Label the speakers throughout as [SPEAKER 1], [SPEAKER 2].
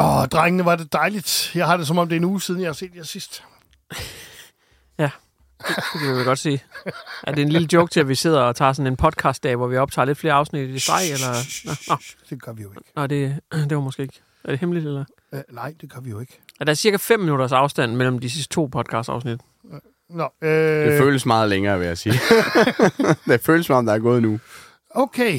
[SPEAKER 1] Åh, drengene, var det dejligt. Jeg har det, som om det er en uge siden, jeg har set jer sidst.
[SPEAKER 2] Ja, det, det kan vi vel godt sige. Er det en lille joke til, at vi sidder og tager sådan en podcast-dag, hvor vi optager lidt flere afsnit i streg, eller? Nå, nå,
[SPEAKER 1] Det gør vi jo ikke.
[SPEAKER 2] nå det, det var måske ikke. Er det hemmeligt, eller?
[SPEAKER 1] Øh, nej, det gør vi jo ikke.
[SPEAKER 2] Er der cirka 5 minutters afstand mellem de sidste to podcast-afsnit?
[SPEAKER 1] Nå,
[SPEAKER 3] Det
[SPEAKER 1] øh,
[SPEAKER 3] føles meget længere, vil jeg sige. det føles som om, der er gået nu.
[SPEAKER 1] okay.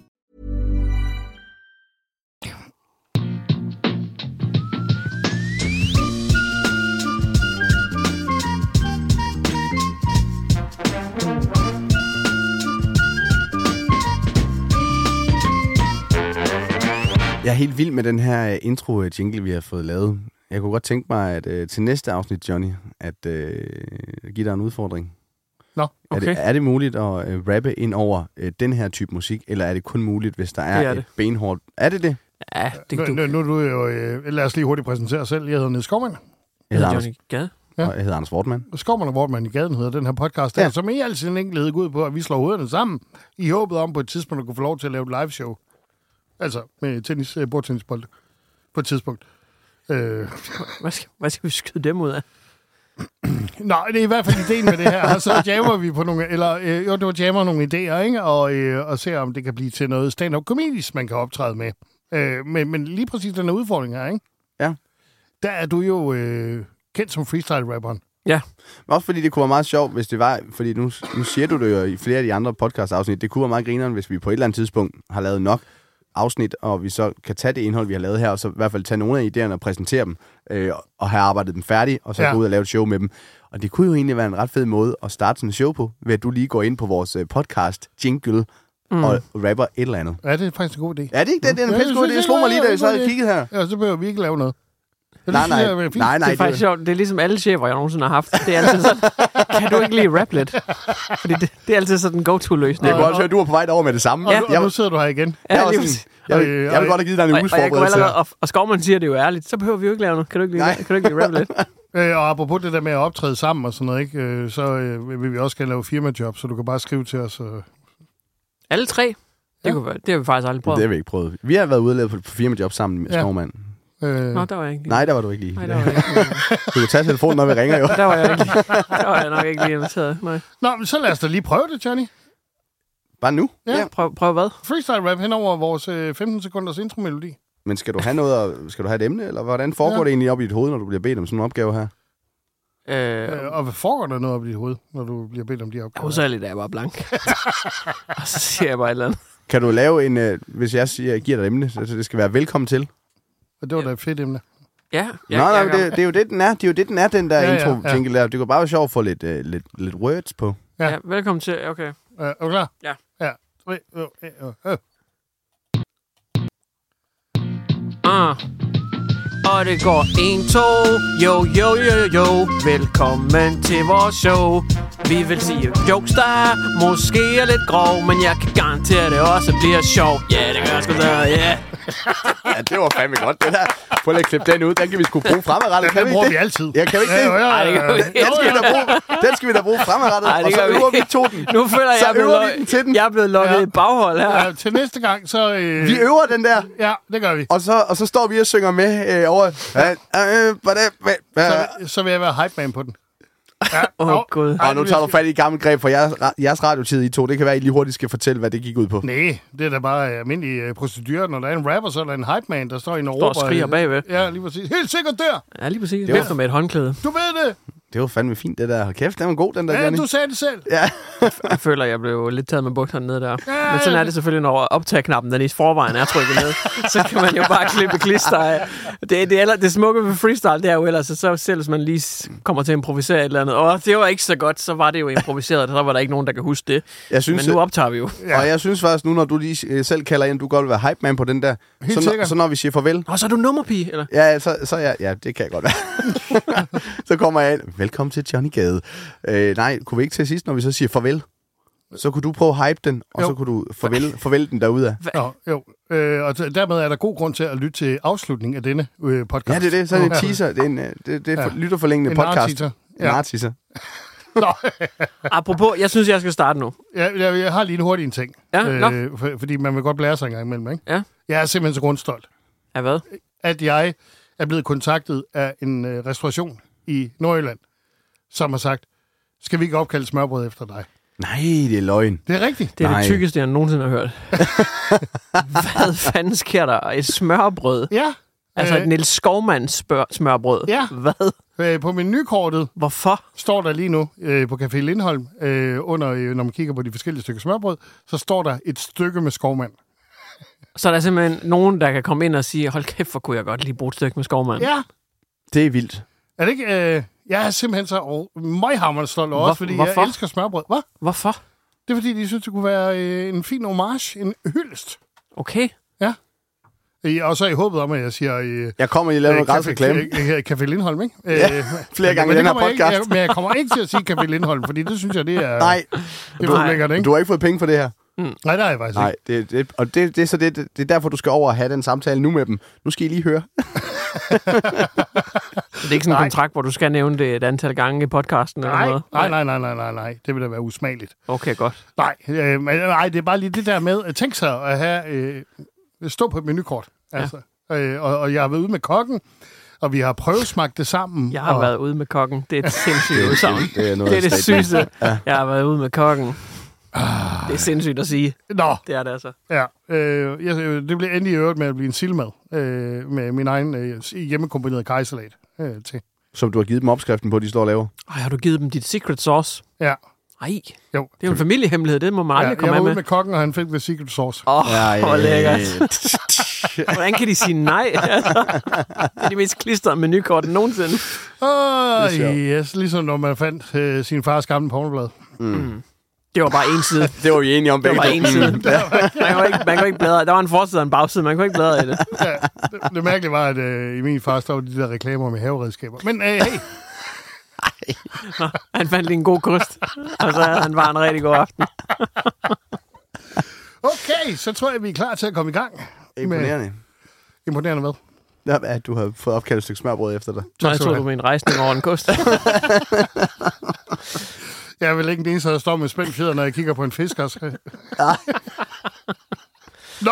[SPEAKER 3] Jeg er helt vild med den her øh, intro-jingle, vi har fået lavet. Jeg kunne godt tænke mig, at øh, til næste afsnit, Johnny, at øh, give dig en udfordring.
[SPEAKER 1] Nå,
[SPEAKER 3] Er,
[SPEAKER 2] Okay.
[SPEAKER 3] det, er det muligt at øh, rappe ind over øh, den her type musik, eller er det kun muligt, hvis der er,
[SPEAKER 2] Det er
[SPEAKER 3] et
[SPEAKER 2] det.
[SPEAKER 3] benhårdt... Er det det?
[SPEAKER 2] Ja, det
[SPEAKER 1] nu,
[SPEAKER 2] kan du.
[SPEAKER 1] nu, nu er du jo... Øh, lad os lige hurtigt præsentere os selv. Jeg hedder Niels Skovmand.
[SPEAKER 3] Jeg hedder, Anders,
[SPEAKER 2] Johnny Gade.
[SPEAKER 1] Ja.
[SPEAKER 3] og jeg hedder Anders Wortmann.
[SPEAKER 1] Skovmand og Vortmann i gaden hedder den her podcast, ja.
[SPEAKER 3] Ja.
[SPEAKER 1] som i al sin enkelhed går ud på, at vi slår hovederne sammen i håbet om på et tidspunkt at kunne få lov til at lave et live show. Altså med tennis, øh, bordtennisbold på et tidspunkt. Øh,
[SPEAKER 2] Hvad skal, hvad skal vi skyde dem ud af?
[SPEAKER 1] nej, det er i hvert fald ideen med det her. Og så jammer vi på nogle, eller øh, jo, det var jammer nogle idéer, ikke? Og, øh, og ser om det kan blive til noget stand-up comedies, man kan optræde med. Øh, men, men lige præcis den her udfordring her, ikke?
[SPEAKER 3] Ja.
[SPEAKER 1] Der er du jo øh, kendt som freestyle-rapperen.
[SPEAKER 2] Ja,
[SPEAKER 3] Men Også fordi det kunne være meget sjovt, hvis det var... Fordi nu, nu siger du det jo i flere af de andre podcast-afsnit. Det kunne være meget grineren, hvis vi på et eller andet tidspunkt har lavet nok afsnit, og vi så kan tage det indhold, vi har lavet her, og så i hvert fald tage nogle af idéerne og præsentere dem, øh, og have arbejdet dem færdige, og så
[SPEAKER 1] Ja.
[SPEAKER 3] ja. gå ud og lave et show med dem. Og det kunne jo egentlig være en ret fed måde at starte sådan et show på, ved at du lige går ind på vores øh, podcast, Jingle, mm. og rapper et eller andet.
[SPEAKER 1] Ja, det er faktisk en god idé.
[SPEAKER 3] Er det ikke det? Det er en
[SPEAKER 1] Ja,
[SPEAKER 3] pisse
[SPEAKER 1] jeg
[SPEAKER 3] god idé.
[SPEAKER 1] synes,
[SPEAKER 3] Jeg slog mig lige, da jeg
[SPEAKER 1] det var
[SPEAKER 3] sad
[SPEAKER 1] en
[SPEAKER 3] og
[SPEAKER 1] god idé.
[SPEAKER 3] kiggede her.
[SPEAKER 1] Ja, så behøver vi ikke lave noget. Så
[SPEAKER 3] Nej,
[SPEAKER 1] det
[SPEAKER 3] nej.
[SPEAKER 1] synes jeg er
[SPEAKER 3] Nej,
[SPEAKER 1] fint.
[SPEAKER 3] nej.
[SPEAKER 2] det er faktisk sjovt. Det er ligesom alle chefer, jeg nogensinde har haft. Det er altid sådan, kan du ikke lige rap lidt? Fordi det, det er altid sådan en
[SPEAKER 3] Det
[SPEAKER 2] go-to-løsning.
[SPEAKER 3] kunne også høre, at du var på vej derover med det samme.
[SPEAKER 1] Og,
[SPEAKER 3] Jeg,
[SPEAKER 1] nu, og nu
[SPEAKER 3] jeg,
[SPEAKER 1] sidder du her igen.
[SPEAKER 3] jeg,
[SPEAKER 2] Ja,
[SPEAKER 3] var
[SPEAKER 2] lige
[SPEAKER 3] sådan,
[SPEAKER 2] præcis.
[SPEAKER 3] jeg,
[SPEAKER 1] Og, øh,
[SPEAKER 3] jeg, ville
[SPEAKER 1] og-
[SPEAKER 3] godt have givet dig ligesom en
[SPEAKER 2] og,
[SPEAKER 3] uges
[SPEAKER 2] og, jeg kunne
[SPEAKER 3] forberedelse.
[SPEAKER 2] allerede, og, og Skovman siger det jo ærligt, så behøver vi jo ikke lave noget. Kan du ikke lige,
[SPEAKER 3] Nej.
[SPEAKER 2] kan du ikke lige rappe lidt?
[SPEAKER 1] Øh, og apropos det der med at optræde sammen og sådan noget, ikke? Øh, så øh, vil vi også gerne lave firmajob, så du kan bare skrive til os. Øh.
[SPEAKER 2] Alle tre? Det,
[SPEAKER 1] Ja.
[SPEAKER 2] ja. kunne være, det har vi faktisk aldrig prøvet.
[SPEAKER 3] Det har vi ikke prøvet. Vi har været ude og lavet på, på firmajob sammen med
[SPEAKER 1] Ja.
[SPEAKER 3] ja. Skovmand.
[SPEAKER 1] Øh,
[SPEAKER 2] Nå, der var jeg ikke lige.
[SPEAKER 3] Nej, der var du ikke lige.
[SPEAKER 2] Nej, der var jeg ikke lige.
[SPEAKER 3] Du kan tage telefonen, når vi ringer jo.
[SPEAKER 2] Der var jeg, ikke lige. Der var jeg nok ikke lige inviteret. Nej.
[SPEAKER 1] Nå, men så lad os da lige prøve det, Johnny.
[SPEAKER 3] Bare nu.
[SPEAKER 1] Ja.
[SPEAKER 2] Prøv, prøv hvad?
[SPEAKER 1] Freestyle rap hen over vores øh, 15 sekunders intromelodi.
[SPEAKER 3] Men skal du have noget, at- skal du have et emne, eller hvordan foregår
[SPEAKER 1] Ja.
[SPEAKER 3] ja. det egentlig op i dit hoved, når du bliver bedt om sådan en opgave her?
[SPEAKER 2] Øh,
[SPEAKER 1] Øh, og hvad foregår der noget op i dit hoved, når du bliver bedt om de opgaver?
[SPEAKER 2] og så er det, da jeg bare blank. og så siger jeg bare et eller andet.
[SPEAKER 3] Kan du lave en, øh, hvis jeg siger, jeg giver dig et emne, så så det skal være velkommen til?
[SPEAKER 1] Og det var da et fedt emne.
[SPEAKER 2] Ja,
[SPEAKER 3] Ja,
[SPEAKER 2] ja
[SPEAKER 3] nej, nej,
[SPEAKER 2] jeg
[SPEAKER 3] men det, det, er jo det, den er. Det er jo det, den er, den der
[SPEAKER 1] Ja,
[SPEAKER 3] ja,
[SPEAKER 1] ja,
[SPEAKER 3] intro
[SPEAKER 1] ja.
[SPEAKER 3] ja, ja. der. Det kunne bare være sjovt at få lidt, øh, lidt, lidt words på.
[SPEAKER 2] Ja. ja, velkommen til. Okay.
[SPEAKER 1] Øh, er du klar?
[SPEAKER 2] Ja.
[SPEAKER 1] Ja. Tre, øh, øh, øh.
[SPEAKER 2] Ah. og det går 1, 2. Jo, jo, jo, jo. Velkommen til vores show. Vi vil sige jokes, der måske er lidt grov, men jeg kan garantere, at det også bliver sjovt. Ja, yeah, det gør jeg sgu da, ja. Yeah.
[SPEAKER 3] Ja, det var fandme godt, det der. Prøv lige at klippe den ud. Den kan vi sgu bruge fremadrettet.
[SPEAKER 1] Den
[SPEAKER 3] kan
[SPEAKER 1] bruger
[SPEAKER 3] ikke
[SPEAKER 1] vi
[SPEAKER 3] det?
[SPEAKER 1] altid.
[SPEAKER 3] Ja, kan vi ikke det?
[SPEAKER 1] Ja, ja,
[SPEAKER 2] Ej, det
[SPEAKER 1] ja.
[SPEAKER 2] kan vi ikke.
[SPEAKER 3] Den skal, vi da bruge, den skal vi da bruge fremadrettet,
[SPEAKER 2] Ej, det
[SPEAKER 3] og så
[SPEAKER 2] gør vi
[SPEAKER 3] øver vi
[SPEAKER 2] ikke.
[SPEAKER 3] to den.
[SPEAKER 2] Nu føler jeg,
[SPEAKER 3] Så
[SPEAKER 2] jeg, blev
[SPEAKER 3] øver vi
[SPEAKER 2] lo-
[SPEAKER 3] den til den.
[SPEAKER 2] jeg er blelet lukket
[SPEAKER 1] Ja.
[SPEAKER 2] i baghold her.
[SPEAKER 1] Ja, til næste gang, så... Øh,
[SPEAKER 3] Vi øver den der,
[SPEAKER 1] Ja, det gør vi.
[SPEAKER 3] og så, og så står vi og synger med øh, over... Øh, øh, hvordan- hvad- hvad-
[SPEAKER 1] Så, så vil jeg være hype man på den. Ja,
[SPEAKER 2] Åh,
[SPEAKER 1] nå.
[SPEAKER 2] Gud.
[SPEAKER 1] Ej,
[SPEAKER 3] øh, Og nu tager du fat i et gammelt greb for jeres, jeres radiotid, I to. Det kan være, I lige hurtigt skal fortælle, hvad det gik ud på.
[SPEAKER 1] Nej, det er da bare øh, almindelig øh, procedur. Når der er en rapper, så er der en hype man, der står i en øh,
[SPEAKER 2] og skriger bagved.
[SPEAKER 1] Ja, lige præcis. Helt sikkert der!
[SPEAKER 2] Ja, lige præcis.
[SPEAKER 3] Det var-
[SPEAKER 2] Efter med et håndklæde.
[SPEAKER 1] Du ved det!
[SPEAKER 3] Det var fandme fint, det der. Hold kæft, den var god, den der,
[SPEAKER 1] Ja,
[SPEAKER 3] Johnny.
[SPEAKER 1] du sagde det selv.
[SPEAKER 3] Ja.
[SPEAKER 2] Jeg føler, jeg blev lidt taget med bukserne ned der.
[SPEAKER 1] Ja,
[SPEAKER 2] Men sådan
[SPEAKER 1] ja.
[SPEAKER 2] er det selvfølgelig, når optageknappen den i forvejen er trykket ned. Så kan man jo bare klippe klister af. Det, det, aller, det smukke ved freestyle, det er jo ellers, at så selv hvis man lige s- kommer til at improvisere et eller andet. Og det var ikke så godt, så var det jo improviseret, og så var der ikke nogen, der kan huske det.
[SPEAKER 3] Jeg synes,
[SPEAKER 2] Men nu optager vi jo.
[SPEAKER 3] ja. Og jeg synes faktisk nu, når du lige øh, selv kalder ind, du godt vil være hype man på den der.
[SPEAKER 1] Helt
[SPEAKER 3] så, når,
[SPEAKER 1] sikkert.
[SPEAKER 3] så når vi siger farvel,
[SPEAKER 2] Og så er du nummerpige, eller?
[SPEAKER 3] Ja, så, så ja, ja, det kan jeg godt være. så kommer jeg ind. Velkommen til Johnny Gade. Øh, nej, kunne vi ikke til sidst, når vi så siger farvel? Så kunne du prøve at hype den, og jo.
[SPEAKER 1] Jo.
[SPEAKER 3] så kunne du farvel, farvel den derude af.
[SPEAKER 1] Nå, jo. Øh, og t- dermed er der god grund til at lytte til afslutningen af denne øh, podcast.
[SPEAKER 3] Ja, det er det. Så er det en
[SPEAKER 1] Ja.
[SPEAKER 3] teaser. Det er en, øh, det, det
[SPEAKER 1] Ja.
[SPEAKER 3] er ja. lytterforlængende
[SPEAKER 1] En
[SPEAKER 3] podcast.
[SPEAKER 1] narteaser.
[SPEAKER 3] En
[SPEAKER 1] Ja.
[SPEAKER 3] narteaser.
[SPEAKER 1] Nå,
[SPEAKER 2] Apropos, jeg synes, jeg skal starte nu.
[SPEAKER 1] jeg, jeg, jeg har lige en hurtig en ting.
[SPEAKER 2] Ja, nå.
[SPEAKER 1] øh, for, fordi man vil godt blære sig en gang imellem, ikke?
[SPEAKER 2] Ja.
[SPEAKER 1] Jeg er simpelthen så grundstolt,
[SPEAKER 2] Ja, hvad?
[SPEAKER 1] at jeg er blevet kontaktet af en øh, restauration i Nordjylland, som har sagt, skal vi ikke opkalde smørbrød efter dig?
[SPEAKER 3] Nej, det er løgn.
[SPEAKER 1] Det er rigtigt.
[SPEAKER 2] Det er Nej.
[SPEAKER 3] Nej.
[SPEAKER 2] det tykkeste, jeg nogensinde har hørt. Hvad fanden sker der? Et smørbrød?
[SPEAKER 1] Ja.
[SPEAKER 2] Altså
[SPEAKER 1] Øh.
[SPEAKER 2] et Niels Skovmands smør- smørbrød?
[SPEAKER 1] Ja.
[SPEAKER 2] Hvad?
[SPEAKER 1] Øh, på menukortet
[SPEAKER 2] Hvorfor?
[SPEAKER 1] står der lige nu øh, på Café Lindholm, øh, under, øh, når man kigger på de forskellige stykker smørbrød, så står der et stykke med skovmand.
[SPEAKER 2] Så er der simpelthen nogen, der kan komme ind og sige, hold kæft, hvor kunne jeg godt lige bruge et stykke med skovmand.
[SPEAKER 1] Ja.
[SPEAKER 3] Det er vildt.
[SPEAKER 1] Er det ikke... Øh, jeg er simpelthen så og møghammerende stolt over
[SPEAKER 2] Hvor-
[SPEAKER 1] os, fordi
[SPEAKER 2] hvorfor?
[SPEAKER 1] jeg elsker smørbrød. Hvad?
[SPEAKER 2] Hvorfor?
[SPEAKER 1] Det er fordi, de synes, det kunne være øh, en fin homage, en hyldest.
[SPEAKER 2] Okay.
[SPEAKER 1] I, og så i håbet om, at jeg siger... Øh,
[SPEAKER 3] Jeg kommer, I laver noget gratis reklame.
[SPEAKER 1] Café, øh, Café Lindholm, ikke?
[SPEAKER 3] Ja,
[SPEAKER 1] Øh,
[SPEAKER 3] flere gange
[SPEAKER 1] men det
[SPEAKER 3] i den her
[SPEAKER 1] kommer jeg ikke-
[SPEAKER 3] podcast.
[SPEAKER 1] Jeg, men jeg kommer ikke til at sige Café Lindholm, fordi det synes jeg, det er...
[SPEAKER 3] Nej,
[SPEAKER 1] det
[SPEAKER 2] du-
[SPEAKER 1] er for lækkert, ikke?
[SPEAKER 3] du har ikke fået penge for det her.
[SPEAKER 1] Nej, det har jeg faktisk
[SPEAKER 3] Nej,
[SPEAKER 1] ikke.
[SPEAKER 3] det, det, og det, det er så det, det er derfor, du skal over og have den samtale nu med dem. Nu skal I lige høre.
[SPEAKER 2] Så det er ikke sådan en
[SPEAKER 1] Nej.
[SPEAKER 2] kontrakt, hvor du skal nævne det et antal gange i podcasten eller
[SPEAKER 1] Nej,
[SPEAKER 2] noget?
[SPEAKER 1] nej, nej, nej, nej, nej, nej. Det vil da være usmageligt.
[SPEAKER 2] Okay, godt.
[SPEAKER 1] Nej, øh, men, nej, det er bare lige det der med, at tænke sig at have, øh, stå på et menukort. Altså. Ja. Øh, og, og jeg har været ude med kokken, og vi har prøvesmagt det sammen.
[SPEAKER 2] Jeg har
[SPEAKER 1] og,
[SPEAKER 2] været ude med kokken. Det er et sindssygt udsagn.
[SPEAKER 3] Det er noget
[SPEAKER 2] Det er det
[SPEAKER 3] statement.
[SPEAKER 2] sygeste. Jeg har været ude med kokken. Det er sindssygt at sige.
[SPEAKER 1] Nå,
[SPEAKER 2] Det er det altså.
[SPEAKER 1] ja. Øh, jeg, øh, det blev endelig i øvrigt med at blive en sildmad øh, med min egen øh, hjemmekombinerede kejsalat øh, til.
[SPEAKER 3] Som du har givet dem opskriften på, de står og laver.
[SPEAKER 2] Ej, har du givet dem dit secret sauce?
[SPEAKER 1] Ja.
[SPEAKER 2] Ej,
[SPEAKER 1] Jo.
[SPEAKER 2] det er jo en familiehemmelighed. Det må man aldrig
[SPEAKER 1] ja,
[SPEAKER 2] ja, komme
[SPEAKER 1] jeg
[SPEAKER 2] af
[SPEAKER 1] var
[SPEAKER 2] med.
[SPEAKER 1] ude med kokken, og han fik the secret sauce.
[SPEAKER 2] Åh, oh,
[SPEAKER 3] Ej.
[SPEAKER 2] hvor lækkert. Hvordan kan de sige nej? Altså, det er de mest klistrede menukort nogensinde.
[SPEAKER 1] Åh,
[SPEAKER 3] sjovt.
[SPEAKER 1] yes, ligesom når man fandt øh, sin fars gamle pornoblad.
[SPEAKER 2] Det var bare en side.
[SPEAKER 3] Det var vi enige om
[SPEAKER 2] Det var
[SPEAKER 3] begge
[SPEAKER 2] bare
[SPEAKER 3] to.
[SPEAKER 2] en side. Man kunne ikke, man kunne ikke bladre. Der var en forside og en bagside. Man kunne ikke bladre i det.
[SPEAKER 1] Ja, det, det mærkelige var, at øh, i min far stod de der reklamer med haveredskaber. Men øh, hey,
[SPEAKER 2] Han fandt lige en god kost. Og så havde han bare en rigtig god aften.
[SPEAKER 1] Okay, så tror jeg, vi er klar til at komme i gang.
[SPEAKER 3] Imponerende.
[SPEAKER 1] Imponerende hvad?
[SPEAKER 3] Ja, at du har fået opkaldt et stykke smørbrød efter dig.
[SPEAKER 2] Så jeg
[SPEAKER 1] skal du
[SPEAKER 2] tror,
[SPEAKER 1] have.
[SPEAKER 2] du med en rejsning over en kost.
[SPEAKER 1] Jeg er vel ikke den eneste, der står med spændt fjeder, når jeg kigger på en fisker. Nå,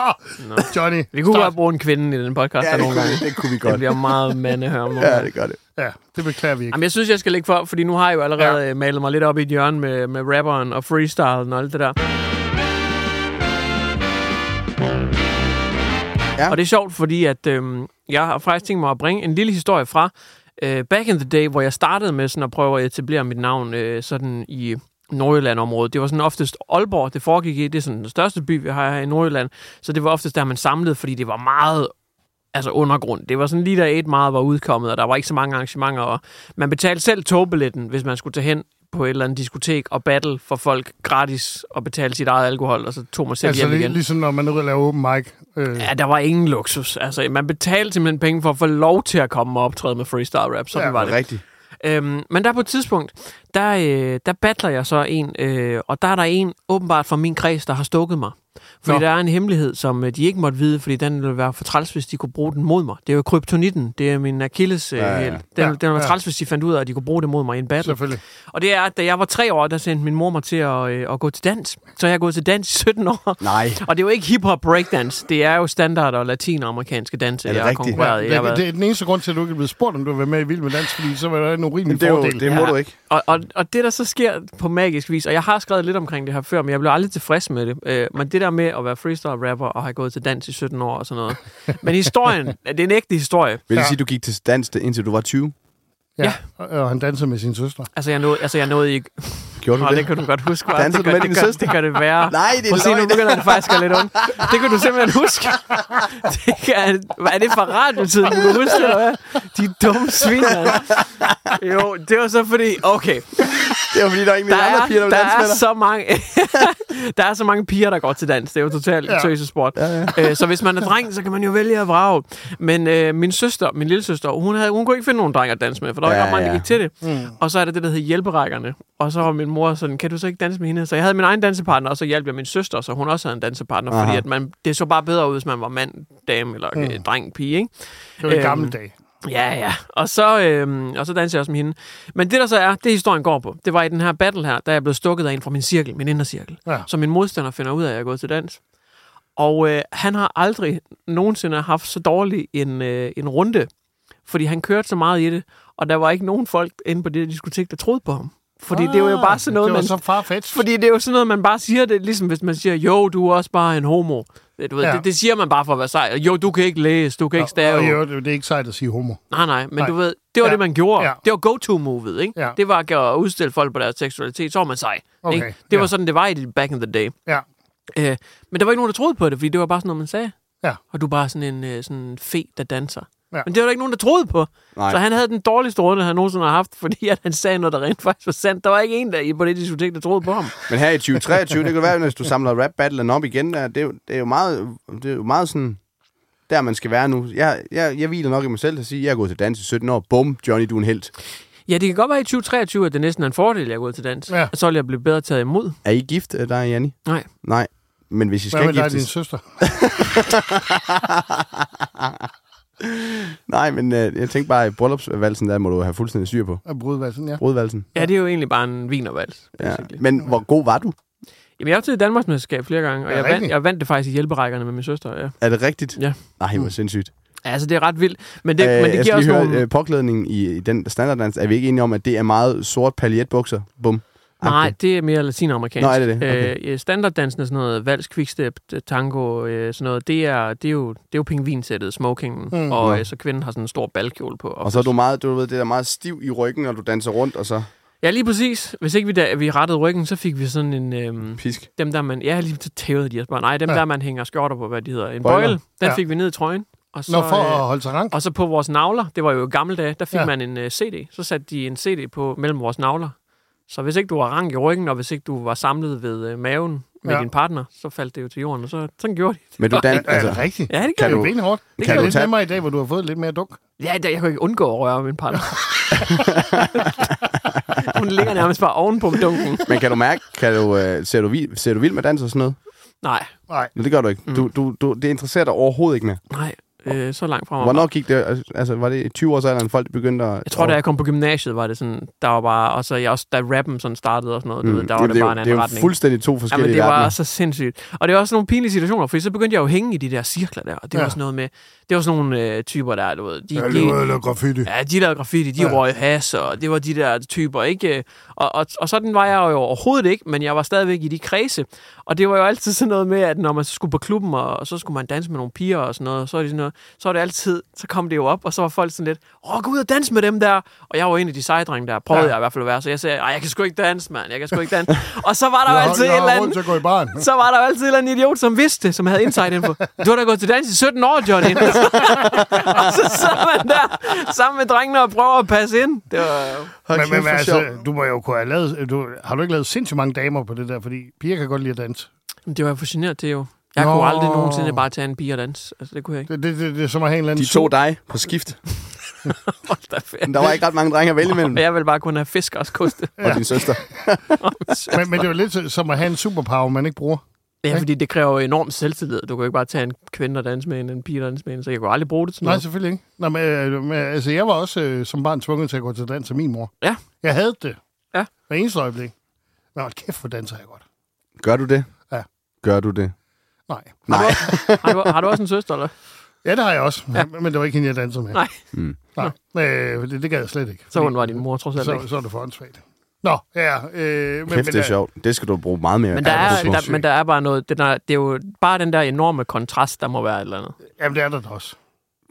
[SPEAKER 1] Nå, Johnny.
[SPEAKER 2] Vi kunne
[SPEAKER 1] stop.
[SPEAKER 2] godt bruge en kvinde i den podcast ja,
[SPEAKER 3] det,
[SPEAKER 2] nogle gange.
[SPEAKER 3] kunne, det kunne vi
[SPEAKER 2] Det
[SPEAKER 3] godt.
[SPEAKER 2] bliver meget mandehørm.
[SPEAKER 3] Ja, det gør det.
[SPEAKER 1] Ja, det beklager vi ikke.
[SPEAKER 2] Jamen, jeg synes, jeg skal lægge for, fordi nu har jeg jo allerede ja. malet mig lidt op i et hjørne med, med rapperen og freestylen og alt det der.
[SPEAKER 3] Ja.
[SPEAKER 2] Og det er sjovt, fordi at, øhm, jeg har faktisk tænkt mig at bringe en lille historie fra øh, back in the day, hvor jeg startede med sådan at prøve at etablere mit navn øh, sådan i Nordjylland-området. Det var sådan oftest Aalborg, det foregik i. Det er sådan den største by, vi har her i Nordjylland. Så det var oftest der, man samlede, fordi det var meget altså undergrund. Det var sådan lige da 8 meget var udkommet, og der var ikke så mange arrangementer, og man betalte selv togbilletten, hvis man skulle tage hen på et eller andet diskotek og battle for folk gratis og betale sit eget alkohol, og så tog mig selv
[SPEAKER 1] altså,
[SPEAKER 2] hjem igen.
[SPEAKER 1] lige, ligesom når man er ude og lave open mic. Øh,
[SPEAKER 2] Ja, der var ingen luksus. Altså, man betalte simpelthen penge for at få lov til at komme og optræde med freestyle rap. Sådan
[SPEAKER 1] Ja,
[SPEAKER 2] ja, var det.
[SPEAKER 3] Rigtigt.
[SPEAKER 2] Øhm, men der på et tidspunkt, der, øh, der battler jeg så en, øh, og der er der en åbenbart fra min kreds, der har stukket mig. Fordi
[SPEAKER 1] Nå.
[SPEAKER 2] Nå. der er en hemmelighed, som øh, de ikke måtte vide, fordi den ville være for træls, hvis de kunne bruge den mod mig. Det er jo kryptonitten, det er min Achilles øh,
[SPEAKER 3] Ja, ja,
[SPEAKER 2] ja,
[SPEAKER 3] ja.
[SPEAKER 2] ja. Den,
[SPEAKER 1] Ja,
[SPEAKER 2] ja, den ville være
[SPEAKER 1] ja.
[SPEAKER 2] træls, hvis de fandt ud af, at de kunne bruge det mod mig i en battle.
[SPEAKER 1] Selvfølgelig.
[SPEAKER 2] Og det er, at da jeg var tre år, der sendte min mor mig til at, øh, at gå til dans. Så jeg har gået til dans i 17 år.
[SPEAKER 3] Nej.
[SPEAKER 2] Og det er jo ikke hip-hop breakdance, det er jo standard og latinamerikanske danse,
[SPEAKER 3] Er det
[SPEAKER 2] jeg har
[SPEAKER 3] rigtigt?
[SPEAKER 2] konkurreret i. Jeg har
[SPEAKER 1] det,
[SPEAKER 2] været-
[SPEAKER 1] det er den eneste grund til, at du ikke er blevet spurgt, om du vil være med i Vild med Dans, fordi så var der en urimelig
[SPEAKER 3] Men det, er jo,
[SPEAKER 1] fordel.
[SPEAKER 3] det må
[SPEAKER 2] Ja.
[SPEAKER 3] du ikke.
[SPEAKER 2] Og, og, og det, der så sker på magisk vis, og jeg har skrevet lidt omkring det her før, men jeg blev aldrig tilfreds med det. Øh, men det der med at være freestyle-rapper og have gået til dans i 17 år og sådan noget. Men historien, det er en ægte historie.
[SPEAKER 3] Vil det
[SPEAKER 1] Ja.
[SPEAKER 3] sige, du gik til dans, indtil du var 20?
[SPEAKER 1] Ja, og, og han dansede med sin søster.
[SPEAKER 2] Altså, jeg nåede, altså, jeg nåede ikke...
[SPEAKER 3] Gjorde du
[SPEAKER 2] Nå, det
[SPEAKER 3] det?
[SPEAKER 2] kan du godt huske. hva'?
[SPEAKER 3] Dansede
[SPEAKER 2] det,
[SPEAKER 3] du
[SPEAKER 2] gør,
[SPEAKER 3] med
[SPEAKER 2] det,
[SPEAKER 3] din
[SPEAKER 2] gør,
[SPEAKER 3] søster?
[SPEAKER 2] det gør det værre.
[SPEAKER 3] Nej, det er
[SPEAKER 2] Prøv at se, nu
[SPEAKER 3] løgn.
[SPEAKER 2] begynder det faktisk at lidt ondt. Det kan du simpelthen huske. Det kan, hvad er det for radiotid, du kan huske det, eller hvad? De dumme svin, altså. Jo, det var så fordi... Okay,
[SPEAKER 3] Det var fordi, der er ingen
[SPEAKER 2] der
[SPEAKER 3] mine andre piger, der
[SPEAKER 2] er,
[SPEAKER 3] var
[SPEAKER 2] der er
[SPEAKER 3] dansmætter.
[SPEAKER 2] så mange der er så mange piger, der går til dans. Det er jo totalt ja.
[SPEAKER 1] Ja.
[SPEAKER 2] tøsesport. Ja, ja. Øh, så hvis man er dreng, så kan man jo vælge at vrage. Men øh, min søster, min lille søster, hun, havde, hun kunne ikke finde nogen dreng at danse med, for der var
[SPEAKER 3] Ja,
[SPEAKER 2] ikke ret mange, der
[SPEAKER 3] ja.
[SPEAKER 2] gik til det. Mm. Og så er der det, der hedder hjælperækkerne. Og så var min mor sådan, kan du så ikke danse med hende? Så jeg havde min egen dansepartner, og så hjalp jeg min søster, så hun også havde en dansepartner. Aha. Fordi at man, det så bare bedre ud, hvis man var mand, dame eller mm. dreng, pige. Ikke?
[SPEAKER 1] Det var i
[SPEAKER 2] Øhm,
[SPEAKER 1] gamle dage.
[SPEAKER 2] Ja, ja. Og så, øhm, og så danser jeg også med hende. Men det, der så er, det historien går på, det var i den her battle her, der er jeg blevet stukket af en fra min cirkel, min indercirkel.
[SPEAKER 1] Ja.
[SPEAKER 2] Så min modstander finder ud af, at jeg er gået til dans. Og øh, han har aldrig nogensinde haft så dårlig en, øh, en runde, fordi han kørte så meget i det, og der var ikke nogen folk inde på det diskotek, der troede på ham. Fordi ah, det var jo bare sådan noget,
[SPEAKER 1] Det var
[SPEAKER 2] man...
[SPEAKER 1] så farfetch.
[SPEAKER 2] Fordi det er jo sådan noget, man bare siger det, ligesom hvis man siger, jo, du er også bare en homo. Du ved, ja.
[SPEAKER 1] Ja.
[SPEAKER 2] det, det siger man bare for at være sej. Jo, du kan ikke læse, du kan ikke stave.
[SPEAKER 1] Og, og, jo, det er ikke sejt at sige homo.
[SPEAKER 2] Nej, nej, men nej.
[SPEAKER 1] Nej.
[SPEAKER 2] du ved, det var
[SPEAKER 1] Ja.
[SPEAKER 2] ja. det, man gjorde. Ja.
[SPEAKER 1] Ja.
[SPEAKER 2] Det var go-to-movet, ikke? Ja.
[SPEAKER 1] Ja.
[SPEAKER 2] Det var at udstille folk på deres seksualitet, så var man sej.
[SPEAKER 1] Okay,
[SPEAKER 2] Ikke? Det var
[SPEAKER 1] ja.
[SPEAKER 2] sådan, det var i det back in the day.
[SPEAKER 1] Ja.
[SPEAKER 2] Øh, men der var ikke nogen, der troede på det, fordi det var bare sådan noget, man sagde.
[SPEAKER 1] Ja.
[SPEAKER 2] Og du er bare sådan en øh, sådan en fe, der danser. Ja.
[SPEAKER 1] Ja.
[SPEAKER 2] Men det var der ikke nogen, der troede på. Nej.
[SPEAKER 3] Nej.
[SPEAKER 2] Så han havde den dårligste runde, han nogensinde har haft, fordi at han sagde noget, der rent faktisk var sandt. Der var ikke en der i- på det diskotek, der troede på ham.
[SPEAKER 3] Men her i 2023, det kan være, hvis du samler rap battlen op igen, der, det, er jo, det, er jo meget, det er jo meget sådan, der man skal være nu. Jeg, jeg, jeg hviler nok i mig selv til at sige, jeg er gået til dans i 17 år. Bum, Johnny, du er en helt.
[SPEAKER 2] Ja, det kan godt være i 2023, at det næsten er en fordel, at jeg er gået til dans.
[SPEAKER 1] Ja.
[SPEAKER 2] Ja. Så ville jeg blive bedre taget imod.
[SPEAKER 3] Er I gift, øh, dig og Janni?
[SPEAKER 2] Nej.
[SPEAKER 3] Nej. Men hvis I
[SPEAKER 1] Hvad
[SPEAKER 3] skal
[SPEAKER 1] med dig, din
[SPEAKER 3] giftes...
[SPEAKER 1] søster?
[SPEAKER 3] Nej, men øh, jeg tænkte bare, at bryllupsvalsen der må du have fuldstændig styr på.
[SPEAKER 1] Og brudvalsen, ja.
[SPEAKER 3] Brudvalsen.
[SPEAKER 2] Ja, det er jo egentlig bare en vinervals.
[SPEAKER 3] Ja.
[SPEAKER 2] basically.
[SPEAKER 3] Men hvor god var du?
[SPEAKER 2] Jamen, jeg har til Danmarksmesterskab flere gange, og
[SPEAKER 1] Er det
[SPEAKER 2] jeg vandt,
[SPEAKER 1] rigtigt?
[SPEAKER 2] jeg vandt det faktisk i hjælperækkerne med min søster. Ja.
[SPEAKER 3] Er det rigtigt?
[SPEAKER 2] Ja. Mm.
[SPEAKER 3] Nej, hvor sindssygt.
[SPEAKER 2] Ja, Altså, det er ret vildt, men det, øh, men det giver
[SPEAKER 3] jeg skal
[SPEAKER 2] også
[SPEAKER 3] lige høre,
[SPEAKER 2] nogle...
[SPEAKER 3] øh, påklædningen i, i den standarddans, er vi ikke enige om, at det er meget sort paljetbukser? Bum.
[SPEAKER 2] Nej, det er mere latinamerikansk.
[SPEAKER 3] Nå, er det det? Okay.
[SPEAKER 2] Øh, ja, standarddansen er sådan noget vals, quickstep, øh, tango, øh, sådan noget. Det er, det er jo, det er jo pingvinsættet, smokingen, mm. og øh, så kvinden har sådan en stor balkjole på.
[SPEAKER 3] Og så er du meget, du ved, det der meget stiv i ryggen, når du danser rundt, og så
[SPEAKER 2] Ja, lige præcis. Hvis ikke vi, da, vi rettede ryggen, så fik vi sådan en... Øhm,
[SPEAKER 3] pisk.
[SPEAKER 2] dem der, man... Ja, lige til tævede de os bare. Nej, dem ja.
[SPEAKER 1] Ja.
[SPEAKER 2] der, man hænger skjorter på, hvad de hedder. En
[SPEAKER 3] Bøjler.
[SPEAKER 2] bøjle, den ja.
[SPEAKER 1] Ja.
[SPEAKER 2] fik vi ned i trøjen. Og så,
[SPEAKER 1] Nå, for
[SPEAKER 2] øh,
[SPEAKER 1] at holde sig rank.
[SPEAKER 2] Og så på vores navler, det var jo i gamle dage, der fik ja.
[SPEAKER 1] Ja.
[SPEAKER 2] man en uh, CD. Så satte de en CD på mellem vores navler. Så hvis ikke du var rank i ryggen, og hvis ikke du var samlet ved uh, maven med ja.
[SPEAKER 1] Ja.
[SPEAKER 2] din partner, så faldt det jo til jorden, og så, sådan gjorde de.
[SPEAKER 3] Men du dan,
[SPEAKER 1] Er det
[SPEAKER 3] altså,
[SPEAKER 1] rigtigt?
[SPEAKER 2] Ja, det
[SPEAKER 1] Det
[SPEAKER 2] kan
[SPEAKER 1] er jo
[SPEAKER 2] du.
[SPEAKER 1] benhårdt. Det
[SPEAKER 3] kan
[SPEAKER 1] er
[SPEAKER 3] du
[SPEAKER 1] lidt
[SPEAKER 3] tage-
[SPEAKER 1] nemmere i dag, hvor du har fået lidt mere duk.
[SPEAKER 2] Ja, der, jeg kunne ikke undgå at røre min partner. Hun ligger nærmest bare ovenpå dunken.
[SPEAKER 3] men kan du mærke, kan du, øh, ser, du, vi- ser du vild med dans og sådan noget?
[SPEAKER 2] Nej,
[SPEAKER 1] Nej.
[SPEAKER 3] Nej, det gør du ikke.
[SPEAKER 2] Mm.
[SPEAKER 3] Du, du, du, det interesserer dig overhovedet ikke mere.
[SPEAKER 2] nej. Øh, så langt fra mig.
[SPEAKER 3] Hvornår gik det, altså var det i 20 års alderen, folk begyndte at...
[SPEAKER 2] Jeg tror, da jeg kom på gymnasiet, var det sådan, der var bare, og så jeg også, da rappen sådan startede og sådan noget, mm, du ved, der var det,
[SPEAKER 3] er
[SPEAKER 2] det
[SPEAKER 3] jo-
[SPEAKER 2] bare en
[SPEAKER 3] Det
[SPEAKER 2] anden
[SPEAKER 3] er jo
[SPEAKER 2] retning.
[SPEAKER 3] fuldstændig to
[SPEAKER 2] Ja, men
[SPEAKER 3] forskellige
[SPEAKER 2] det var
[SPEAKER 3] verdener.
[SPEAKER 2] så sindssygt. Og det var også nogle pinlige situationer, for så begyndte jeg jo at hænge i de der cirkler der, og det ja. var
[SPEAKER 1] Ja.
[SPEAKER 2] sådan noget med, det var sådan nogle øh, typer der, du ved, de,
[SPEAKER 1] Jeg
[SPEAKER 2] de,
[SPEAKER 1] laver graffiti.
[SPEAKER 2] ja, de lavede graffiti, de ja.
[SPEAKER 1] Ja.
[SPEAKER 2] røg has, og det var de der typer, ikke? Og, og, og sådan var jeg jo overhovedet ikke, men jeg var stadigvæk i de kredse, og det var jo altid sådan noget med, at når man så skulle på klubben, og, og så skulle man danse med nogle piger og sådan noget, så var de sådan noget, noget, så var det altid, så kom det jo op, og så var folk sådan lidt, åh, gå ud og dans med dem der. Og jeg var jo en af de seje drenge der, prøvede
[SPEAKER 1] Ja.
[SPEAKER 2] ja. jeg i hvert fald at være, så jeg sagde, "Ej, jeg kan sgu ikke danse, mand, jeg kan sgu ikke danse. og så var der jo
[SPEAKER 1] Jeg har-
[SPEAKER 2] altid
[SPEAKER 1] jeg
[SPEAKER 2] en
[SPEAKER 1] har
[SPEAKER 2] eller
[SPEAKER 1] råd
[SPEAKER 2] anden,
[SPEAKER 1] til at gå i barn.
[SPEAKER 2] så var der jo altid en eller anden idiot, som vidste det, som havde inside info. Du har da gået til dans i 17 år, Johnny. og så sad man der sammen med drengene og prøver at passe ind. Det var
[SPEAKER 1] Men, men,
[SPEAKER 3] Hold kæft,
[SPEAKER 1] men
[SPEAKER 3] hvor sjovt.
[SPEAKER 1] altså, du må jo kunne have lavet... Du, har du ikke lavet sindssygt mange damer på det der? Fordi piger kan godt lide at danse.
[SPEAKER 2] Men Det var jeg fascineret til jo. Jeg
[SPEAKER 1] Nå.
[SPEAKER 2] Nå. kunne aldrig nogensinde bare tage en pige og danse. Altså, det kunne jeg ikke.
[SPEAKER 1] Det, det, det, det er som at have en eller anden...
[SPEAKER 3] De to dig på skift.
[SPEAKER 2] Hold da færd.
[SPEAKER 3] Men Der var ikke ret mange drenge at vælge imellem.
[SPEAKER 2] Jeg vil bare kun have fisk og koste.
[SPEAKER 3] Og din søster.
[SPEAKER 1] su- men, men det er jo lidt så- som at have en superpower, man ikke bruger.
[SPEAKER 2] Ja, fordi det kræver jo enorm selvtillid. Du kan jo ikke bare tage en kvinde og danse med en, en pige og danse med en, så jeg kunne aldrig bruge det til
[SPEAKER 1] Nej,
[SPEAKER 2] noget.
[SPEAKER 1] selvfølgelig ikke. Nå, men, øh, men, altså, jeg var også øh, som barn tvunget til at gå til dans af min mor.
[SPEAKER 2] Ja.
[SPEAKER 1] Jeg havde det.
[SPEAKER 2] Ja.
[SPEAKER 1] Hver eneste øjeblik. Men hold kæft, hvor danser jeg godt.
[SPEAKER 3] Gør du det?
[SPEAKER 1] Ja.
[SPEAKER 3] Gør du det?
[SPEAKER 1] Nej.
[SPEAKER 3] Nej.
[SPEAKER 2] Har du, har du også en søster, eller?
[SPEAKER 1] Ja, det har jeg også. Ja. Men det var ikke hende, jeg dansede med.
[SPEAKER 2] Nej.
[SPEAKER 3] Mm.
[SPEAKER 1] Nej. Øh, det, det gad jeg slet ikke.
[SPEAKER 2] Så
[SPEAKER 1] Fordi-
[SPEAKER 2] hun var din mor, trods alt
[SPEAKER 1] så,
[SPEAKER 2] ikke.
[SPEAKER 1] så er det for åndssvagt. Nå, ja. Øh, men,
[SPEAKER 3] Kæft, det er
[SPEAKER 1] øh,
[SPEAKER 3] sjovt. Det skal du bruge meget mere.
[SPEAKER 2] Men der,
[SPEAKER 3] Ja,
[SPEAKER 2] er,
[SPEAKER 3] det smukt.
[SPEAKER 2] der, men der er bare noget, den er, det er jo bare den der enorme kontrast, der må være et eller andet.
[SPEAKER 1] Jamen, det er der da også.